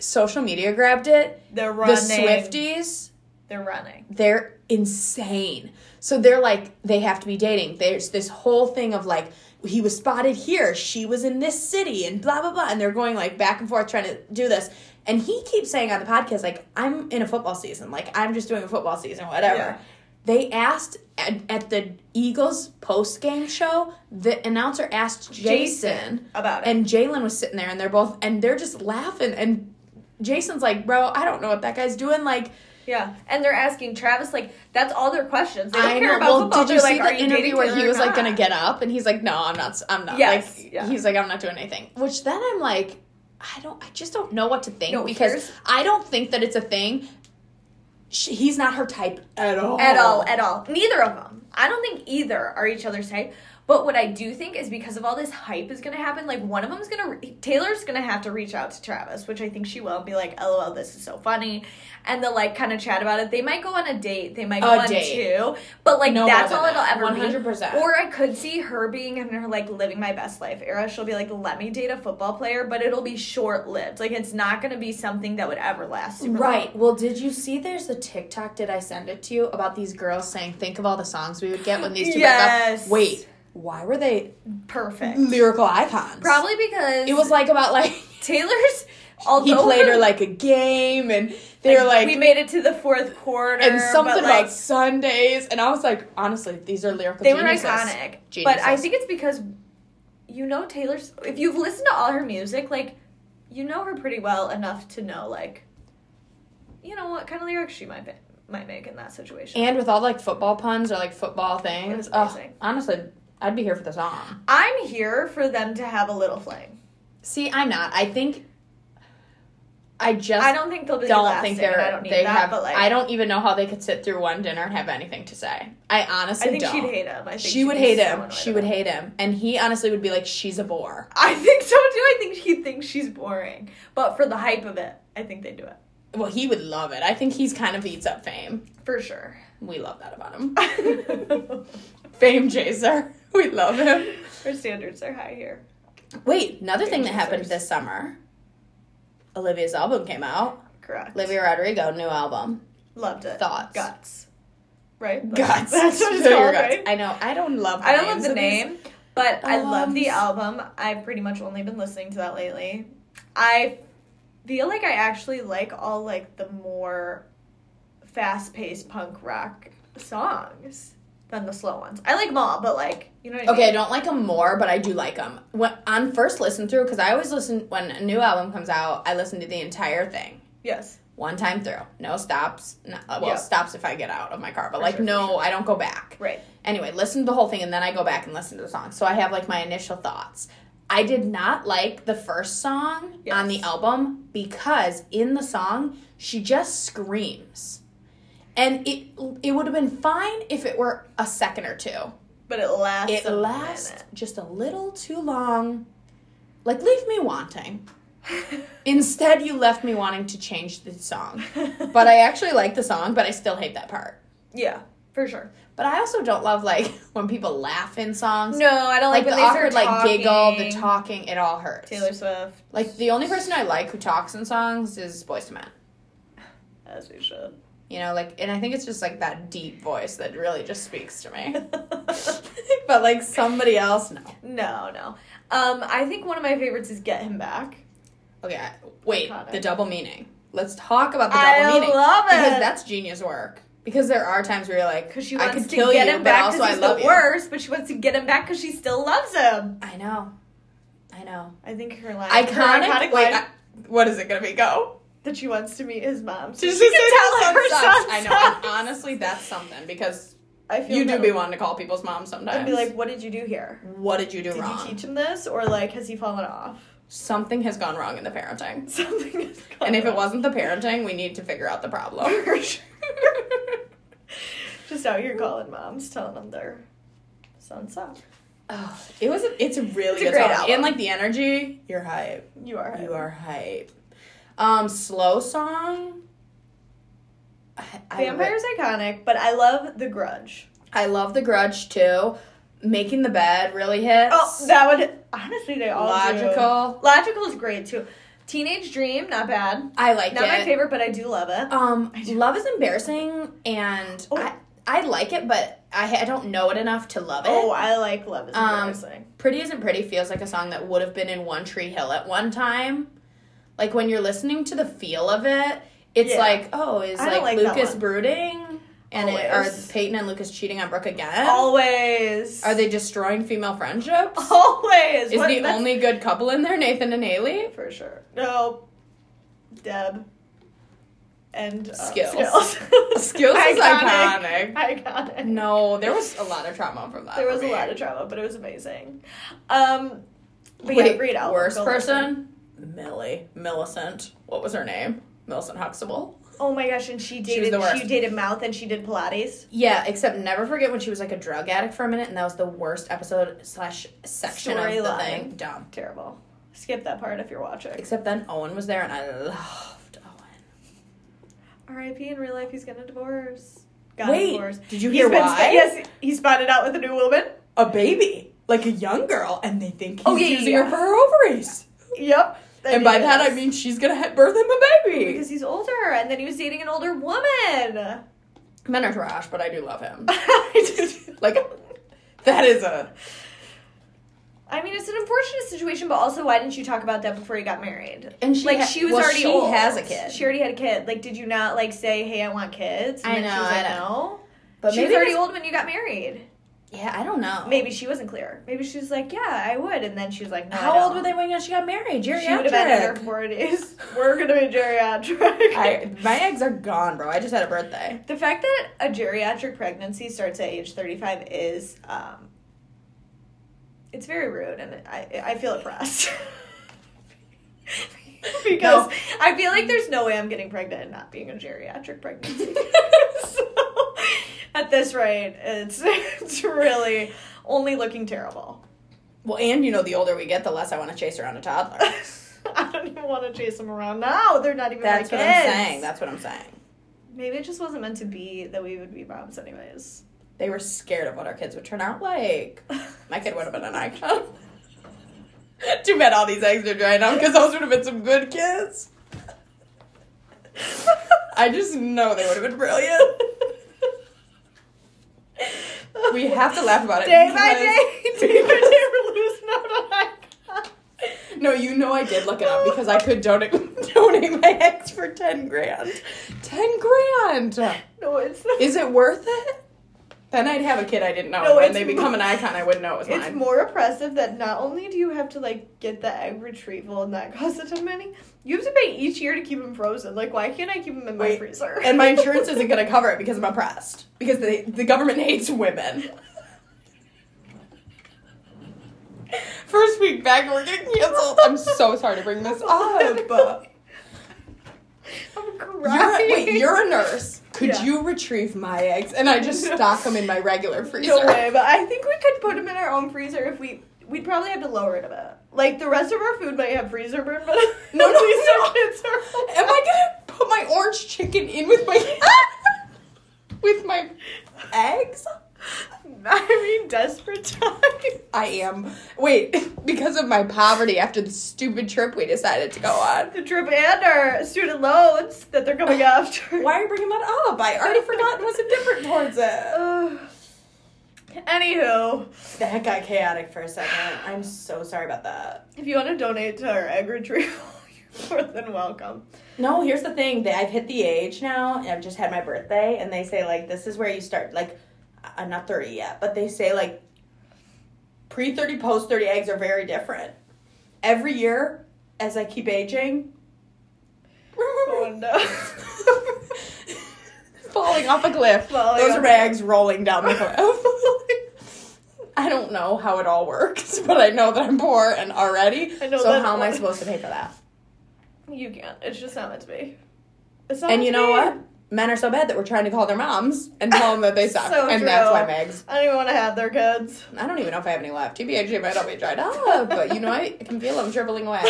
S2: social media grabbed it.
S1: They're running.
S2: The Swifties,
S1: They're running.
S2: they're insane. So they're like they have to be dating. There's this whole thing of like he was spotted here, she was in this city, and blah blah blah. And they're going like back and forth trying to do this. And he keeps saying on the podcast like I'm in a football season, like I'm just doing a football season, whatever.
S1: Yeah.
S2: They asked at, at the Eagles post game show. The announcer asked Jason
S1: about it.
S2: and Jalen was sitting there, and they're both, and they're just laughing. And Jason's like, "Bro, I don't know what that guy's doing." Like,
S1: yeah, and they're asking Travis like that's all their questions. They don't
S2: I
S1: care
S2: know.
S1: about
S2: Well,
S1: football.
S2: did you
S1: They're like,
S2: see
S1: "Are
S2: the
S1: you
S2: interview
S1: dating
S2: where he
S1: or
S2: was like
S1: not?"
S2: going to get up, and he's like, "No, I'm not. I'm not."
S1: Yes,
S2: like,
S1: yeah.
S2: he's like, "I'm not doing anything." Which then I'm like, I don't. I just don't know what to think
S1: No,
S2: because
S1: here's-
S2: I don't think that it's a thing. She, he's not her type at all.
S1: At all, at all. Neither of them. I don't think either are each other's type. But what I do think is because of all this hype is going to happen, like one of them's going to, re- Taylor's going to have to reach out to Travis, which I think she will, and be like, lol, this is so funny. And they'll like kind of chat about it. They might go on a date. They might go
S2: A
S1: on
S2: date.
S1: two. But like
S2: No
S1: that's
S2: more
S1: all
S2: than
S1: it'll
S2: that.
S1: ever be.
S2: 100%.
S1: Or I could see her being in her like living my best life era. She'll be like, let me date a football player, but it'll be short lived. Like it's not going to be something that would ever last. super long.
S2: Right. Well, did you see there's a TikTok? Did I send it to you about these girls saying, think of all the songs we would get when these two break
S1: Yes.
S2: up? Wait, why were they
S1: Perfect.
S2: lyrical icons?
S1: Probably because
S2: It was like about like
S1: Taylor's although
S2: he played her like a game and they were like
S1: we made it to the fourth quarter
S2: and something
S1: but, like,
S2: about Sundays and I was like honestly these are lyrical
S1: they were
S2: geniuses.
S1: iconic. But I
S2: Geniuses.
S1: think it's because you know Taylor's if you've listened to all her music, like you know her pretty well enough to know like you know what kind of lyrics she might be, might make in that situation.
S2: and with all like football puns or like football things
S1: It was
S2: oh,
S1: amazing.
S2: honestly I'd be here for the song
S1: I'm here for them to have a little fling.
S2: see I'm not I think I just
S1: I don't think they'll be
S2: don't
S1: lasting,
S2: think they're
S1: and I don't need
S2: they
S1: that,
S2: have
S1: but like
S2: I don't even know how they could sit through one dinner and have anything to say I honestly
S1: I think
S2: don't
S1: she'd hate him. I think
S2: she
S1: she'd
S2: would
S1: be
S2: hate
S1: so
S2: him
S1: annoyed
S2: she
S1: about
S2: would
S1: it.
S2: hate him and he honestly would be like she's a bore
S1: I think so too. I think he thinks she's boring. But for the hype of it, I think they do it.
S2: well he would love it I think he's kind of eats up fame
S1: For sure.
S2: We love that about him. Fame chaser. We love him.
S1: Our standards are high here.
S2: Wait, another thing that
S1: Fame
S2: happened
S1: chasers.
S2: this summer. Olivia's album came out.
S1: Correct.
S2: Olivia Rodrigo, new album.
S1: Loved it.
S2: Thoughts.
S1: Guts. Right?
S2: Guts.
S1: That's what it's
S2: Fill your
S1: called,
S2: guts.
S1: right?
S2: I know. I don't love.
S1: I don't
S2: names
S1: love the
S2: of these-
S1: name, but I love the
S2: albums.
S1: album. I've pretty much only been listening to that lately. I feel like I actually like all like the more fast-paced punk rock songs than the slow ones. I like them all, but like, you know what I mean?
S2: Okay, I don't like them more, but I do like them. When on first listen through, because I always listen when a new album comes out, I listen to the entire thing.
S1: Yes.
S2: One time through, no stops. No, well,
S1: Yeah.
S2: stops if I get out of my car, but like
S1: sure, for
S2: no, I don't go back.
S1: Right.
S2: Anyway, listen to the whole thing and then I go back and listen to the song. So I have like my initial thoughts. I did not like the first song
S1: Yes.
S2: on the album because in the song she just screams. And it it would have been fine if it were a second or two.
S1: But it lasts.
S2: It
S1: a
S2: lasts just a little too long. Like leave me wanting. Instead you left me wanting to change the song.
S1: minute.
S2: But I actually like the song, but I still hate that part.
S1: yeah, for sure.
S2: But I also don't love like when people laugh in songs.
S1: No, I don't
S2: like,
S1: like, when
S2: the
S1: they
S2: awkward
S1: start
S2: like giggle, the
S1: talking.
S2: talking, it all hurts.
S1: Taylor Swift,
S2: Like the only person I like who talks in songs is Boyz II Men.
S1: as we should.
S2: You know, like, and I think it's just like that deep voice that really just speaks to me. but like somebody else, no.
S1: no, no. Um, I think one of my favorites is Get Him Back.
S2: Okay, I- wait,
S1: Iconic.
S2: the double meaning. Let's talk about the double
S1: I
S2: meaning
S1: love it
S2: because that's genius work. Because there are times where you're like,
S1: because she
S2: I
S1: wants
S2: could
S1: to
S2: kill
S1: get
S2: you,
S1: him
S2: but
S1: back
S2: also
S1: because
S2: I
S1: he's
S2: love
S1: the
S2: you.
S1: worst, but she wants to get him back because she still loves him.
S2: I know, I know.
S1: I think her line, her
S2: Iconic.
S1: iconic
S2: wait,
S1: line
S2: I- what is it gonna be? Go.
S1: that she wants to meet his mom. So
S2: She's
S1: she
S2: just
S1: can
S2: like,
S1: tell her
S2: "Son
S1: son
S2: sucks." I know.
S1: sucks.
S2: And honestly, that's something because
S1: I feel
S2: you do
S1: bad.
S2: be wanting to call people's moms sometimes.
S1: I'd be like, what did you do here?
S2: what did you do
S1: Did
S2: wrong?
S1: you teach him this, or like has he fallen off?
S2: Something has gone wrong in the parenting.
S1: Something is.
S2: And if it
S1: gone
S2: wasn't the parenting, we need to figure out the problem.
S1: wrong. Just out here calling moms, telling them their son sucks.
S2: oh, it was. A, it's a really
S1: It's a
S2: good
S1: great
S2: song.
S1: album.
S2: And like the energy, you're hype.
S1: You are.
S2: You are hype. Um, slow song. I- I love it.
S1: Vampire's iconic, but I love The Grudge.
S2: I love the Grudge too. Making the bed really hits.
S1: Oh, that would Oh, honestly they all do.
S2: Logical.
S1: Logical is great too. Teenage Dream, not bad.
S2: I liked
S1: Not
S2: it.
S1: my favorite, but I do love it.
S2: Um,
S1: I do-
S2: love is embarrassing, and
S1: Oh.
S2: I, I like it, but I I don't know it enough to love it.
S1: Oh, I like Love is
S2: Um,
S1: Embarrassing.
S2: Pretty Isn't Pretty feels like a song that would have been in One Tree Hill at one time. Like when you're listening to the feel of it, it's
S1: Yeah.
S2: like, oh, is
S1: I don't
S2: like,
S1: like that
S2: Lucas
S1: one.
S2: brooding? And it, are
S1: Always.
S2: Peyton and Lucas cheating on Brooke again?
S1: Always.
S2: are they destroying female friendships?
S1: Always.
S2: Is
S1: What-
S2: the
S1: that's-
S2: only good couple in there Nathan and Haley?
S1: For sure. No. Deb. And uh,
S2: Skills.
S1: Skills.
S2: Skills is iconic.
S1: Iconic.
S2: No, there was a lot of trauma from that.
S1: There was
S2: for
S1: a
S2: me.
S1: lot of drama, but it was amazing. Um, but
S2: Wait,
S1: yeah, read out.
S2: worst
S1: Go listen.
S2: person? Millie. Millicent. What was her name? Millicent Huxtable.
S1: Oh my gosh, and she
S2: She was
S1: dated.
S2: the
S1: She,
S2: worst.
S1: dated Mouth, and she did Pilates.
S2: Yeah, except never forget when she was like a drug addict for a minute, and that was the worst episode slash section of the
S1: Storyline.
S2: thing. Dumb.
S1: Terrible. Skip that part if you're watching.
S2: Except then Owen was there, and I loved Owen.
S1: R.I.P. In real life, he's gonna divorce. Got
S2: Wait,
S1: divorced.
S2: did you
S1: He's
S2: hear
S1: been
S2: why?
S1: sp- yes, he spotted out with a new woman.
S2: A baby, like a young girl, and they think he's
S1: Oh, yeah, yeah,
S2: using
S1: yeah.
S2: her for her ovaries.
S1: Yep.
S2: and by
S1: he
S2: that,
S1: is.
S2: I mean she's gonna have birth him a baby.
S1: because he's older, and then he was dating an older woman.
S2: Men are trash, but I do love him.
S1: I just-
S2: Like, that is a
S1: I mean, it's an unfortunate situation, but also, why didn't you talk about that before you got married?
S2: and she
S1: like
S2: ha-
S1: she was
S2: well,
S1: already
S2: she
S1: old.
S2: has a kid.
S1: She already had a kid. Like, did you not like say, "Hey, I want kids"?
S2: I
S1: then
S2: know,
S1: She was
S2: I
S1: like,
S2: know.
S1: no.
S2: but
S1: she
S2: maybe
S1: was already
S2: that's-
S1: old when you got married.
S2: Yeah, I don't know.
S1: Maybe she wasn't clear. Maybe she was like, "Yeah, I would," and then she was like, "No." I
S2: How
S1: don't.
S2: old were they when she got married? Geriatric.
S1: She would have been in her forties. We're gonna be geriatric.
S2: I, my eggs are gone, bro. I just had a birthday.
S1: the fact that a geriatric pregnancy starts at age thirty-five is, um, it's very rude, and I I feel oppressed. because I feel like there's no way I'm getting pregnant and not being a geriatric pregnancy. so at this rate, it's it's really only looking terrible.
S2: Well, and you know, the older we get, the less I want to chase around a toddler.
S1: I don't even want to chase them around now. They're not even
S2: That's
S1: my
S2: what
S1: kids.
S2: I'm saying. That's what I'm saying.
S1: Maybe it just wasn't meant to be that we would be moms, anyways.
S2: They were scared of what our kids would turn out like. My kid would have been an icon. Too bad all these eggs are drying out because those would have been some good kids. I just know they would have been brilliant. We have to laugh about it.
S1: Day by
S2: because-
S1: day, day by day, we're losing out on icons.
S2: No, you know I did look it up because I could donate donate my eggs for ten grand. Ten grand.
S1: No, it's not.
S2: Is it worth it? Then I'd have a kid I didn't know,
S1: No,
S2: and when
S1: it's
S2: they
S1: mo-
S2: become an icon, I wouldn't know it was
S1: It's
S2: mine.
S1: more oppressive that not only do you have to like get the egg retrieval and that costs a ton of money, you have to pay each year to keep them frozen. Like, why can't I keep them in my
S2: Wait,
S1: freezer?
S2: and my insurance isn't going to cover it because I'm oppressed. Because the the government hates women. First week back, we're getting canceled. I'm so sorry to bring this up. but-
S1: I'm
S2: You're,
S1: crying.
S2: wait, you're a nurse. Could
S1: Yeah.
S2: you retrieve my eggs? And I just stock them in my regular freezer.
S1: No way, but I think we could put them in our own freezer if we. We'd probably have to lower it a bit. Like the rest of our food might have freezer burn, but
S2: No, no,
S1: at least
S2: no.
S1: our kids are.
S2: Am I gonna put my orange chicken in with my with my eggs?
S1: I mean, desperate time.
S2: I am. Wait, because of my poverty after the stupid trip we decided to go on.
S1: The trip and our student loans that they're coming after.
S2: Why are you bringing that up? I already forgotten what's indifferent towards it.
S1: Ugh. Anywho,
S2: That got chaotic for a second. I'm so sorry about that.
S1: if you want to donate to our egg retrieval, you're more than welcome.
S2: No, here's the thing. That I've hit the age now, and I've just had my birthday, and they say like this is where you start. Like, I- I'm not 30 yet, but they say like pre 30, post 30 eggs are very different. Every year, as I keep aging,
S1: Oh no.
S2: falling off a cliff.
S1: Falling
S2: Those
S1: off
S2: are
S1: a
S2: my eggs rolling down the cliff. I don't know how it all works, but I know that I'm poor and already.
S1: I know
S2: so
S1: that
S2: how am I
S1: one.
S2: supposed to pay for that?
S1: you can't. It's just not meant to be. It's not
S2: and
S1: meant
S2: you
S1: to
S2: know
S1: be.
S2: what? Men are so bad that we're trying to call their moms and tell them that they suck,
S1: So
S2: and that's
S1: true.
S2: why my eggs.
S1: I don't even want to have their kids.
S2: I don't even know if I have any left. TBH, they might all be dried up, but you know I can feel them dribbling away.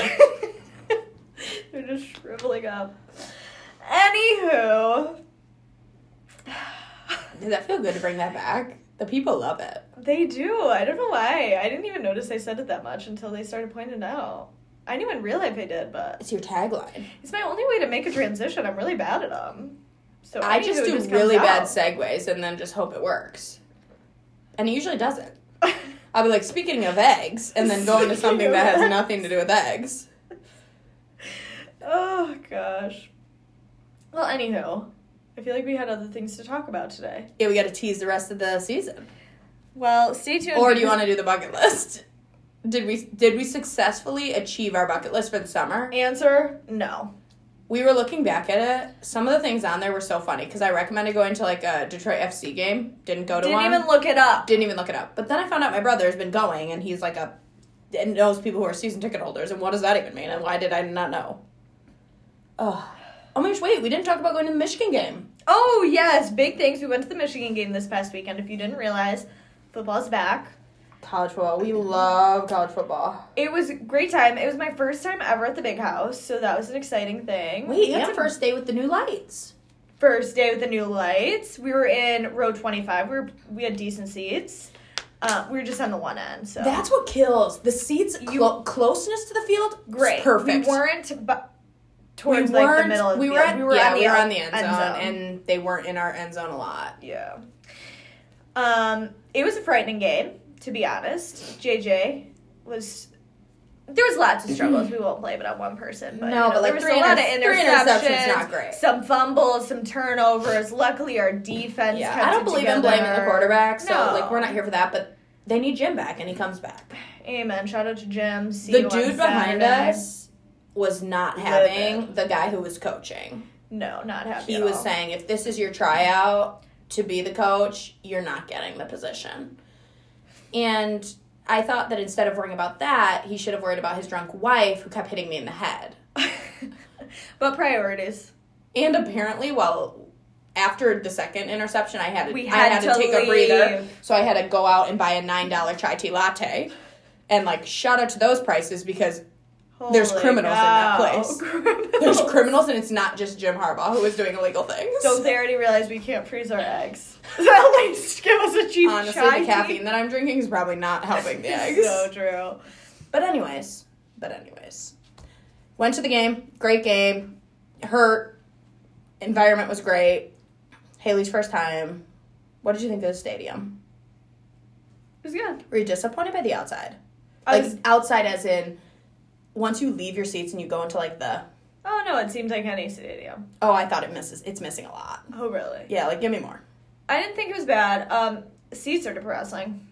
S1: They're just shriveling up. Anywho,
S2: Does that feel good to bring that back? The people love it.
S1: they do. I don't know why. I didn't even notice I said it that much until they started pointing it out. I knew in real life I did, but
S2: It's your tagline.
S1: it's my only way to make a transition. I'm really bad at them. So
S2: I
S1: need
S2: just
S1: who
S2: do
S1: just comes
S2: really bad
S1: out.
S2: segues and then just hope it works. And it usually doesn't. I'll be like, speaking of eggs, and then go into something that has nothing to do with eggs.
S1: oh gosh. Well, anywho, I feel like we had other things to talk about today.
S2: Yeah, we got to tease the rest of the season.
S1: Well, stay tuned.
S2: Or do you want to do the bucket list? Did we did we successfully achieve our bucket list for the summer?
S1: to answer? No.
S2: We were looking back at it. Some of the things on there were so funny because I recommended going to like a Detroit FC game. Didn't go to
S1: Didn't
S2: one.
S1: even look it up.
S2: didn't even look it up. But then I found out my brother has been going, and he's like a and knows people who are season ticket holders. And what does that even mean? And why did I not know? Oh, oh my gosh! Wait, we didn't talk about going to the Michigan game.
S1: Oh yes, big thanks. We went to the Michigan game this past weekend. If you didn't realize, football's back.
S2: College football. We love college football.
S1: It was a great time. It was my first time ever at the big house, so that was an exciting thing.
S2: Wait,
S1: That's
S2: and
S1: a
S2: first day with the new lights.
S1: first day with the new lights. We were in row twenty five. We were, we had decent seats. Uh, we were just on the one end, so
S2: That's what kills the seats.
S1: You-
S2: clo- closeness to the field. is
S1: great.
S2: Perfect.
S1: We weren't bu-
S2: We
S1: towards like the
S2: weren't-
S1: middle of
S2: we
S1: the
S2: were
S1: field.
S2: at, yeah, we were
S1: out-
S2: on the end, zone, and they weren't in our end zone a lot.
S1: yeah. Um, it was a frightening game, to be honest. JJ was. There was lots of struggles. We won't blame it on one person, but you
S2: No,
S1: know,
S2: but, like,
S1: there was
S2: three
S1: a lot of
S2: inter- three interceptions,
S1: interceptions,
S2: not great.
S1: some fumbles, some turnovers. Luckily, our defense.
S2: Yeah,
S1: kept
S2: I
S1: it
S2: don't believe in
S1: together.
S2: blaming the quarterback. So
S1: No.
S2: like, we're not here for that. But they need Jim back, and he comes back.
S1: Amen. Shout out to Jim. See
S2: the
S1: you on
S2: dude behind
S1: Saturday.
S2: us was not
S1: Livid.
S2: having the guy who was coaching.
S1: No, not happy.
S2: He
S1: at
S2: was
S1: all.
S2: saying, if this is your tryout to be the coach, you're not getting the position. And I thought that instead of worrying about that, he should have worried about his drunk wife who kept hitting me in the head.
S1: but priorities.
S2: And apparently, well, after the second interception, I had to,
S1: We
S2: I
S1: had
S2: had to,
S1: to
S2: take a breather.
S1: leave.
S2: So I had to go out and buy a $9 chai tea latte. And like, shout out to those prices because There's
S1: Holy
S2: criminals in that
S1: cow.
S2: place.
S1: Criminals.
S2: There's criminals, and it's not just Jim Harbaugh who is doing illegal things.
S1: Don't they already realize we can't freeze our eggs? So at least give us a cheap
S2: Honestly,
S1: chai
S2: the caffeine
S1: tea.
S2: that I'm drinking is probably not helping the eggs.
S1: so true.
S2: But anyways, but anyways, went to the game. Great game. Hurt. Environment was great. Haley's first time. What did you think of the stadium?
S1: It was good.
S2: Were you disappointed by the outside?
S1: I
S2: Like
S1: was,
S2: outside, as in once you leave your seats and you go into like the
S1: oh no, it seems like any stadium.
S2: oh, I thought it misses. It's missing a lot.
S1: Oh really?
S2: Yeah, like give me more.
S1: I didn't think it was bad. Um, seats are depressing.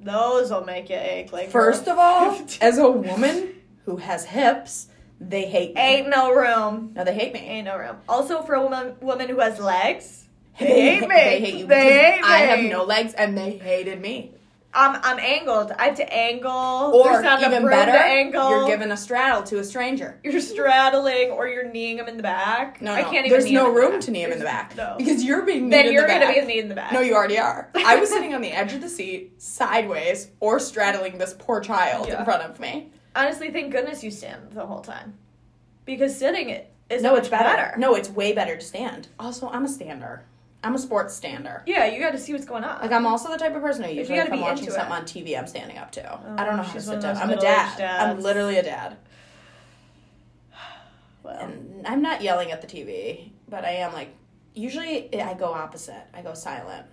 S1: Those will make you ache. Like
S2: First of all, as a woman who has hips, they hate me.
S1: ain't no room.
S2: No, they hate me.
S1: Ain't no room. Also, for a woman woman who has legs, they hate
S2: ha-
S1: me.
S2: They hate you. because
S1: hate me.
S2: I have no legs, and they hated me.
S1: I'm I'm angled. I have to angle.
S2: Or
S1: There's not enough
S2: even
S1: room
S2: better,
S1: to angle.
S2: you're giving a straddle to a stranger.
S1: You're straddling or you're kneeing him in the back.
S2: No, no
S1: I can't even.
S2: there's
S1: knee him
S2: no
S1: in the
S2: room
S1: back.
S2: to knee him in the
S1: There's-
S2: back
S1: No.
S2: because you're being kneed
S1: Then
S2: in
S1: you're
S2: the
S1: gonna
S2: back.
S1: be knee in the back.
S2: no, you already are. I was sitting on the edge of the seat, sideways, or straddling this poor child
S1: Yeah.
S2: in front of me.
S1: Honestly, thank goodness you stand the whole time, because sitting it is
S2: no,
S1: much
S2: it's better. No, it's way better to stand. Also, I'm a stander. I'm a sports stander.
S1: Yeah, you got to see what's going on.
S2: Like I'm also the type of person who usually if,
S1: gotta
S2: I'm
S1: be
S2: watching
S1: into
S2: something
S1: it.
S2: on TV, I'm standing up too.
S1: Oh,
S2: I don't know how to
S1: she's one
S2: sit
S1: of
S2: down.
S1: those
S2: I'm a dad.
S1: middle-aged
S2: I'm
S1: dads.
S2: literally a dad,
S1: well,
S2: and I'm not yelling at the TV, but I am like. Usually, I go opposite. I go silent.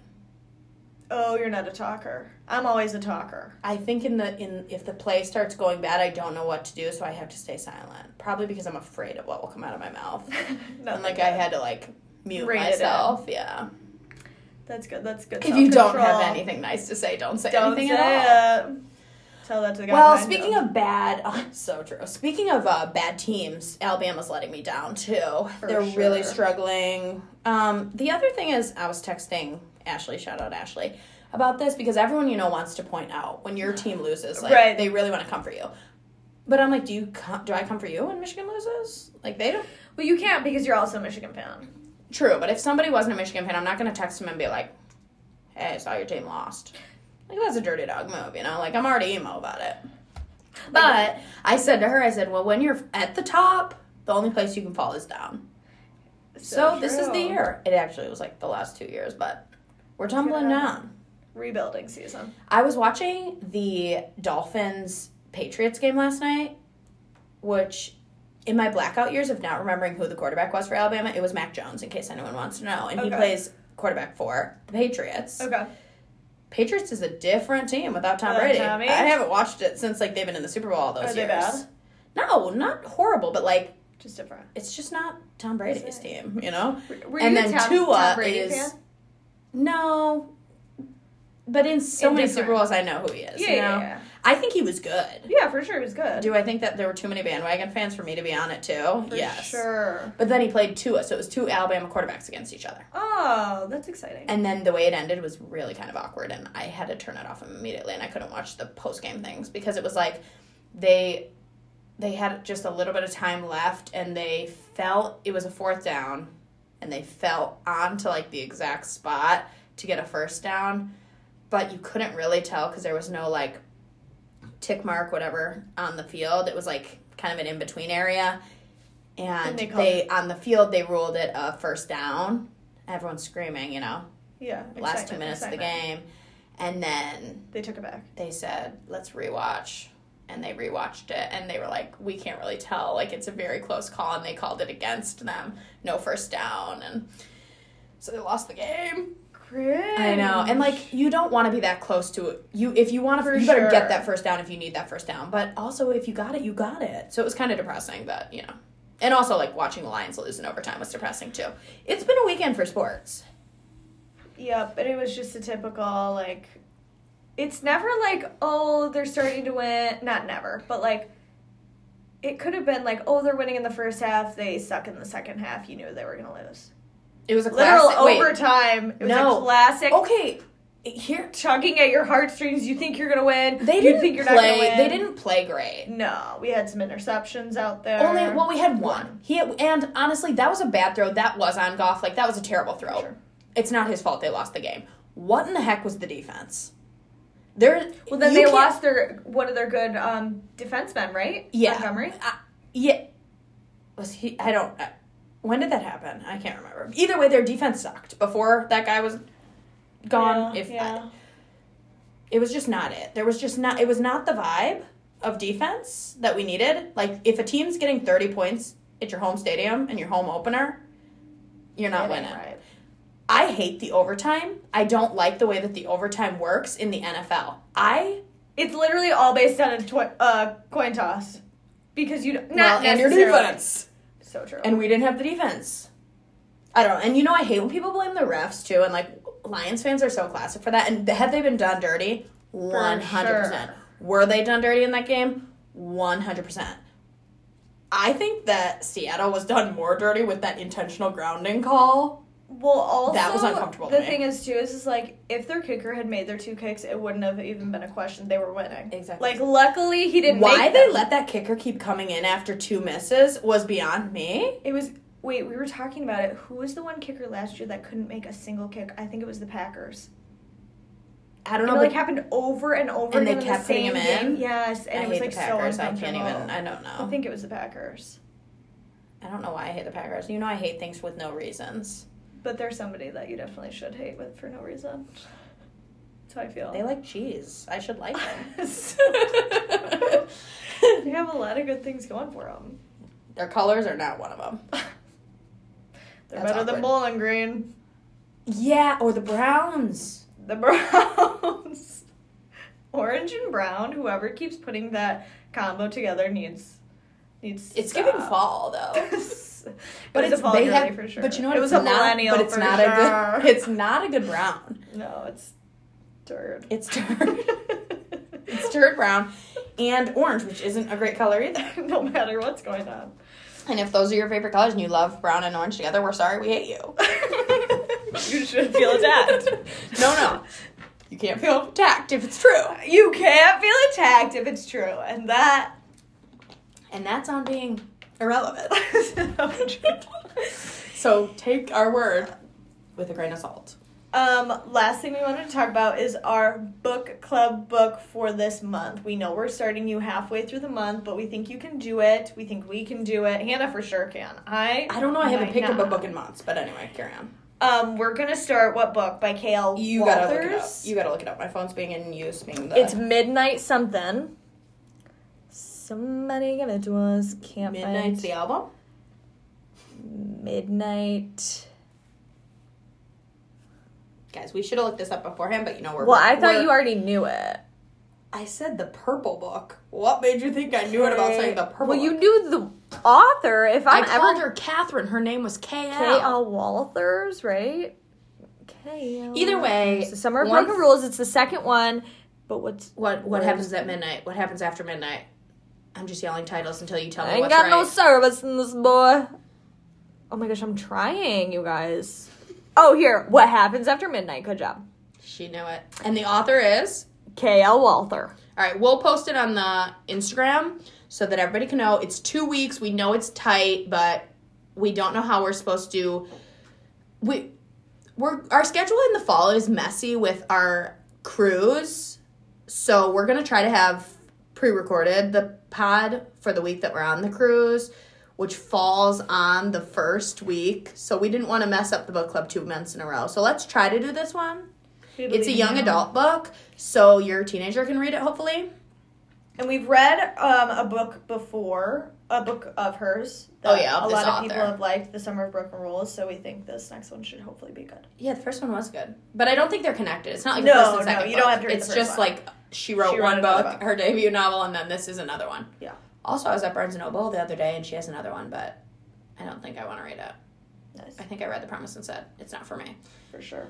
S1: oh, you're not a talker. I'm always a talker.
S2: I think in the in if the play starts going bad, I don't know what to do, so I have to stay silent. Probably because I'm afraid of what will come out of my mouth, and
S1: Nothing
S2: like
S1: good.
S2: I had to like mute
S1: Rein Oh, it in.
S2: myself. Yeah.
S1: That's good. That's good.
S2: If you don't have
S1: self-control.
S2: anything nice to say, don't say
S1: don't
S2: anything
S1: say
S2: at all.
S1: it. Tell that to the guy.
S2: Well,
S1: behind
S2: speaking
S1: you.
S2: of bad, oh, so true. Speaking of uh, bad teams, Alabama's letting me down too.
S1: For
S2: They're really
S1: sure.
S2: struggling. Um, the other thing is, I was texting Ashley, shout out Ashley, about this because everyone you know wants to point out when your team loses, like
S1: Right.
S2: they really want to come for you. But I'm like, do you come, do I come for you when Michigan loses? Like they don't.
S1: well, you can't because you're also a Michigan fan.
S2: True, but if somebody wasn't a Michigan fan, I'm not going to text them and be like, "Hey, I saw your team lost." Like that's a dirty dog move, you know. Like I'm already emo about it. But I said to her, I said, "Well, when you're at the top, the only place you can fall is down." So, this is the
S1: true.
S2: year. It actually was like the last two years, but we're tumbling
S1: Yeah.
S2: down.
S1: rebuilding season.
S2: I was watching the Dolphins Patriots game last night. which in my blackout years of not remembering who the quarterback was for Alabama, it was Mac Jones, in case anyone wants to know. And he
S1: Okay.
S2: plays quarterback for the Patriots.
S1: Okay.
S2: Patriots is a different team without Tom
S1: Without
S2: Brady.
S1: Tommy?
S2: I haven't watched it since like they've been in the Super Bowl all those
S1: Are they
S2: years.
S1: bad?
S2: No, not horrible, but like
S1: Just different.
S2: it's just not Tom Brady's team, you know?
S1: Were- Were
S2: and
S1: you
S2: then
S1: a Tom,
S2: Tua
S1: Tom Brady
S2: is
S1: fan?
S2: no. But in so many
S1: Indifferent.
S2: Super Bowls I know who he is.
S1: Yeah,
S2: you
S1: yeah,
S2: know?
S1: yeah.
S2: I think he was good.
S1: Yeah, for sure. It was good.
S2: Do I think that there were too many bandwagon fans for me to be on it too?
S1: for
S2: yes.
S1: sure.
S2: But then he played Tua, so it was two Alabama quarterbacks against each other.
S1: Oh, that's exciting.
S2: And then the way it ended was really kind of awkward, and I had to turn it off immediately, and I couldn't watch the post game things because it was like they they had just a little bit of time left, and they felt it was a fourth down, and they fell onto like the exact spot to get a first down, but you couldn't really tell because there was no like tick mark whatever on the field. It was like kind of an in between area, and
S1: And they
S2: they,
S1: called
S2: on the field they ruled it a first down. Everyone's screaming, you know
S1: yeah.
S2: last two
S1: excitement,
S2: minutes of the
S1: excitement.
S2: game. And then
S1: They took it back.
S2: they said, let's rewatch. And they rewatched it and they were like, we can't really tell. Like, it's a very close call. And they called it against them. No first down. And so they lost the game.
S1: Cringe.
S2: I know. And like, you don't want to be that close to it. You, if you want
S1: For
S2: to, you better
S1: sure.
S2: get that first down if you need that first down. But also, if you got it, you got it. So it was kind of depressing, but you know. And also, like, watching the Lions lose in overtime was depressing too. It's been a weekend for sports.
S1: Yep, and it was just a typical like. It's never like oh they're starting to win. Not never, but like. It could have been like oh they're winning in the first half. They suck in the second half. You knew they were gonna lose.
S2: It was a
S1: Literal
S2: classic- wait.
S1: overtime. It was
S2: No. Oh.
S1: a classic.
S2: Okay, here
S1: Chugging at your heartstrings. You think you're gonna win.
S2: they
S1: you
S2: didn't
S1: think you're
S2: play.
S1: not gonna win.
S2: They didn't play great.
S1: No, we had some interceptions out there.
S2: Only well, we had one. He and honestly, that was a bad throw. That was on golf. Like that was a terrible throw.
S1: Sure.
S2: It's not his fault. They lost the game. What in the heck was the defense? There.
S1: Well, then
S2: you
S1: they
S2: can't-
S1: lost their one of their good um, defensemen, right?
S2: Yeah.
S1: Montgomery.
S2: I- yeah. Was he? I don't. I- when did that happen? I can't remember. Either way, their defense sucked before that guy was gone.
S1: Yeah,
S2: if
S1: yeah.
S2: it was just not it. There was just not it was not the vibe of defense that we needed. Like if a team's getting 30 points at your home stadium and your home opener, you're not
S1: That ain't
S2: winning.
S1: right.
S2: I hate the overtime. I don't like the way that the overtime works in the NFL. I
S1: It's literally all based on a twi- uh, coin toss because you don't-
S2: well,
S1: not
S2: and your
S1: necessarily-
S2: defense.
S1: So true.
S2: And we didn't have the defense. I don't know. And you know I hate when people blame the refs too and like Lions fans are so classic for that and have they been done dirty? 100%.
S1: sure.
S2: Were they done dirty in that game? 100%. I think that Seattle was done more dirty with that intentional grounding call.
S1: well, also
S2: That was uncomfortable
S1: The
S2: to me.
S1: thing is too is, is like if their kicker had made their two kicks, it wouldn't have even been a question. They were winning.
S2: Exactly.
S1: Like luckily he didn't.
S2: Why
S1: make
S2: they
S1: them.
S2: let that kicker keep coming in after two misses was beyond me.
S1: It was wait. We were talking about it. Who was the one kicker last year that couldn't make a single kick? I think it was the Packers.
S2: I don't
S1: It
S2: know.
S1: like
S2: but
S1: happened over and over.
S2: And they
S1: again in
S2: kept
S1: the same
S2: putting him in?
S1: game. Yes, and
S2: I
S1: it was
S2: hate
S1: like
S2: the Packers.
S1: so
S2: I can't
S1: uncomfortable.
S2: even. I don't know.
S1: I think it was the Packers,
S2: I don't know why I hate the Packers. You know I hate things with no reasons.
S1: but they're somebody that you definitely should hate with for no reason. That's how I feel.
S2: They like cheese. I should like
S1: They
S2: them.
S1: have a lot of good things going for them.
S2: Their colors are not one of them.
S1: They're
S2: That's
S1: better than
S2: awkward.
S1: Bowling Green.
S2: Yeah, or the Browns.
S1: The Browns. Orange and brown. Whoever keeps putting that combo together needs needs. to
S2: It's giving
S1: stop.
S2: fall though.
S1: but it's a fall
S2: they
S1: girly
S2: have-
S1: for sure.
S2: But you know what?
S1: It was
S2: it's
S1: a
S2: not,
S1: millennial
S2: But it's
S1: for
S2: not a
S1: sure.
S2: good. It's not a good brown.
S1: no, it's turd.
S2: It's turd. it's turd brown, and orange, which isn't a great color either.
S1: no matter what's going on.
S2: And if those are your favorite colors and you love brown and orange together, we're sorry we hate you.
S1: you should feel attacked.
S2: No, no, you can't feel attacked if it's true.
S1: You can't feel attacked if it's true, and that
S2: And that's on being irrelevant.
S1: um,
S2: so take our word with a grain of salt.
S1: Um, last thing we wanted to talk about is our book club book for this month. We know we're starting you halfway through the month, but we think you can do it. We think we can do it. Hannah for sure can. I
S2: I don't know, I haven't
S1: might
S2: picked up
S1: not.
S2: a book in months, but anyway, carry on.
S1: Um, we're gonna start what book by K.L.
S2: You
S1: Walters.
S2: gotta look it up. You gotta look it up. My phone's being in use, being the
S1: it's midnight something. Somebody give it to us. Can't
S2: Midnight's the
S1: find
S2: album.
S1: midnight.
S2: Guys, we should have looked this up beforehand, but you know we're.
S1: Well, I thought
S2: we're-
S1: you already knew it.
S2: I said the Purple Book. What made you think I knew it about saying the Purple?
S1: Well, you
S2: Book?
S1: knew the author. If
S2: I
S1: I'm
S2: called
S1: ever
S2: her Catherine. Her name was K.
S1: K.L. Walthers, right? K.L.
S2: Either way,
S1: So Summer of
S2: once-
S1: Broken Rules. It's the second one, but what's
S2: What What happens at midnight? What happens after midnight? I'm just yelling titles until you tell me
S1: I ain't
S2: what's
S1: got
S2: right.
S1: no service in this boy. Oh my gosh, I'm trying, you guys. Oh, here. What happens after midnight? Good job.
S2: she knew it, and the author is.
S1: K.L. Walther.
S2: All right, we'll post it on the Instagram so that everybody can know. It's two weeks. We know it's tight, but we don't know how we're supposed to. We, we're our schedule in the fall is messy with our cruise, so we're gonna try to have pre-recorded the pod for the week that we're on the cruise, which falls on the first week. So we didn't want to mess up the book club two months in a row. So let's try to do this one. It's a young adult book, so your teenager can read it hopefully.
S1: And we've read um, a book before, a book of hers.
S2: Oh, yeah, of
S1: a
S2: this
S1: lot of
S2: author.
S1: people have liked The Summer of Broken Rules, so we think this next one should hopefully be good.
S2: Yeah, the first one was good, but I don't think they're connected. It's not like
S1: No,
S2: the first
S1: no,
S2: and second.
S1: you don't
S2: book.
S1: have to read
S2: It's
S1: the first
S2: just
S1: one.
S2: like she wrote
S1: She wrote
S2: one
S1: another
S2: book,
S1: book.
S2: her debut novel, and then this is another one.
S1: Yeah.
S2: Also, I was at Barnes and Noble the other day, and she has another one, but I don't think I want to read it.
S1: Nice
S2: I think I read The Promise and said it's not for me.
S1: for sure.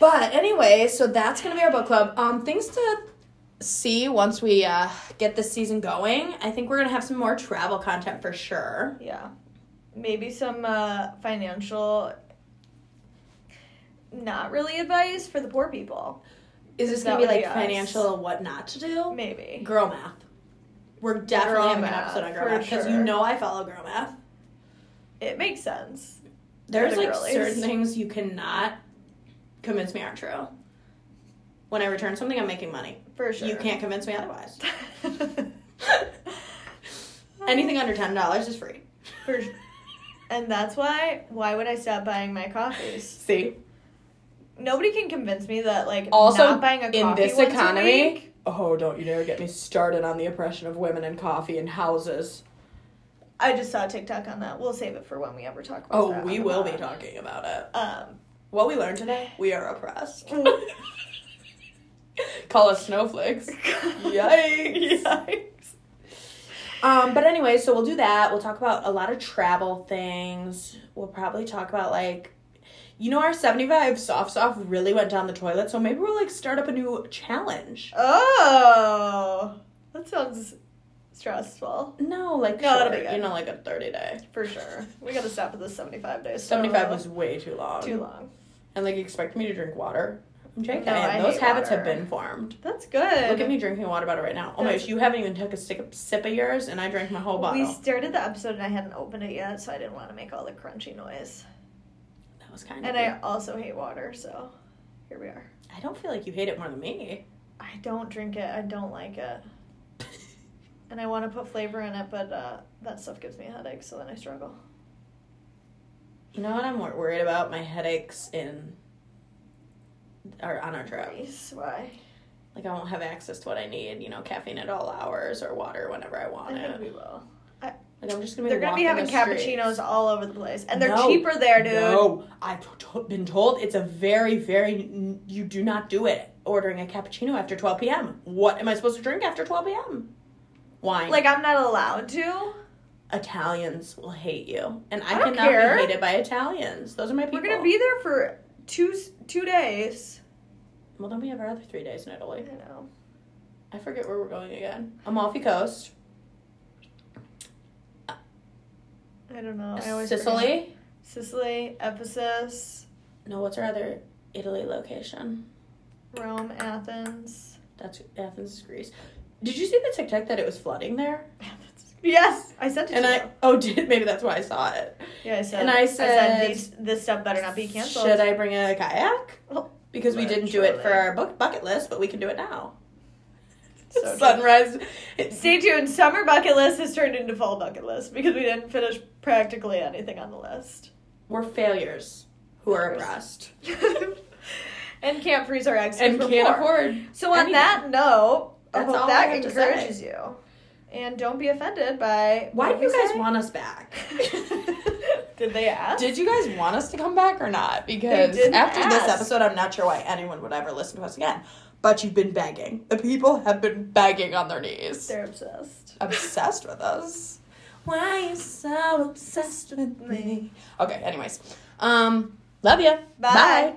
S2: But anyway, so that's gonna be our book club. Um, things to see once we uh, get this season going. I think we're gonna have some more travel content for sure.
S1: Yeah. Maybe some uh, financial, not really advice for the poor people.
S2: Is this
S1: That
S2: gonna be
S1: would
S2: like
S1: be us.
S2: financial what not to do?
S1: Maybe.
S2: Girl math. We're definitely
S1: Girl
S2: having an
S1: math,
S2: episode on girl
S1: for
S2: math because you
S1: sure.
S2: know I follow girl math.
S1: It makes sense.
S2: There's
S1: the
S2: like
S1: girlies.
S2: certain things you cannot convince me aren't true. When I return something, I'm making money.
S1: For sure.
S2: You can't convince me otherwise.
S1: can't.
S2: Anything under ten dollars is free.
S1: For sure. And that's why, why would I stop buying my coffees?
S2: See,
S1: Nobody can convince me that, like,
S2: Also,
S1: not buying a coffee
S2: in this
S1: once a
S2: economy,
S1: week-
S2: oh, don't you dare get me started on the oppression of women and coffee and houses.
S1: I just saw a TikTok on that. We'll save it for when we ever talk about
S2: Oh,
S1: that
S2: we
S1: on the
S2: will be
S1: pod.
S2: talking about it.
S1: Um,
S2: What we learned today, we are oppressed. Call us snowflakes. Yikes.
S1: Yikes.
S2: Um, but anyway, so we'll do that. We'll talk about a lot of travel things. We'll probably talk about like you know our 75 soft soft really went down the toilet, so maybe we'll like start up a new challenge.
S1: Oh, that sounds stressful
S2: No, like
S1: No, that'll be
S2: short,
S1: good.
S2: you know, like a 30 day.
S1: for sure. We gotta stop at the seventy-five days.
S2: 75 was way too long.
S1: too long.
S2: And like expect me to drink water. I'm joking.
S1: No, I
S2: Those
S1: hate
S2: habits have
S1: water.
S2: been formed.
S1: That's good.
S2: Look at me drinking water bottle right now. Oh my
S1: That's-
S2: gosh, you haven't even took a sip, sip of yours, and I drank my whole bottle.
S1: We started the episode and I hadn't opened it yet, so I didn't want to make all the crunchy noise.
S2: that was kind of.
S1: And
S2: weird.
S1: I also hate water, so here we are.
S2: I don't feel like you hate it more than me.
S1: I don't drink it. I don't like it, and I want to put flavor in it, but uh, that stuff gives me a headache, so then I struggle.
S2: You know what I'm more worried about? My headaches in or on our trip.
S1: Grace, why?
S2: Like I won't have access to what I need, you know, caffeine at all hours or water whenever I want
S1: I think
S2: it.
S1: we will.
S2: Like I'm just gonna be
S1: They're gonna be
S2: walking
S1: having
S2: the
S1: cappuccinos all over the place, and they're
S2: No.
S1: cheaper there, dude.
S2: streets. No, I've to- been told it's a very, very you do not do it. Ordering a cappuccino after 12 p.m. What am I supposed to drink after 12 p.m.? Wine.
S1: Like I'm not allowed to.
S2: Italians will hate you, and I,
S1: I don't
S2: cannot
S1: care.
S2: be hated by Italians. Those are my people.
S1: We're gonna be there for two two days.
S2: well. Then we have our other three days in Italy.
S1: I know.
S2: I forget where we're going again. Amalfi Coast,
S1: I don't know. I always
S2: Sicily.
S1: forget. Sicily, Ephesus,
S2: No, what's our other Italy location?
S1: Rome, Athens.
S2: That's Athens, Greece. Did you see the TikTok that it was flooding there?
S1: Yes, I sent it
S2: And
S1: to
S2: I
S1: you.
S2: oh did maybe that's why I saw it.
S1: Yeah, I said.
S2: and I said-
S1: these, this stuff better not be canceled.
S2: Should I bring a kayak?
S1: Well,
S2: Because we didn't do it for
S1: literally.
S2: our book bucket list, but we can do it now.
S1: So
S2: Sunrise.
S1: Stay tuned. Summer bucket list has turned into fall bucket list because we didn't finish practically anything on the list.
S2: We're failures who are
S1: Failures.
S2: oppressed
S1: and can't freeze our eggs
S2: and
S1: from
S2: can't
S1: before.
S2: afford.
S1: So on
S2: anything.
S1: that note, I
S2: That's all
S1: hope
S2: I
S1: that
S2: have to
S1: encourages you. And don't be offended by.
S2: Why
S1: what
S2: do you
S1: we
S2: guys
S1: say.
S2: want us back?
S1: Did they ask?
S2: Did you guys want us to come back or not? Because
S1: didn't
S2: after this
S1: ask.
S2: episode, I'm not sure why anyone would ever listen to us again. But you've been begging. The people have been begging on their knees.
S1: They're obsessed.
S2: obsessed with us. Why are you so obsessed with me? Okay, anyways. Um, love you.
S1: Bye.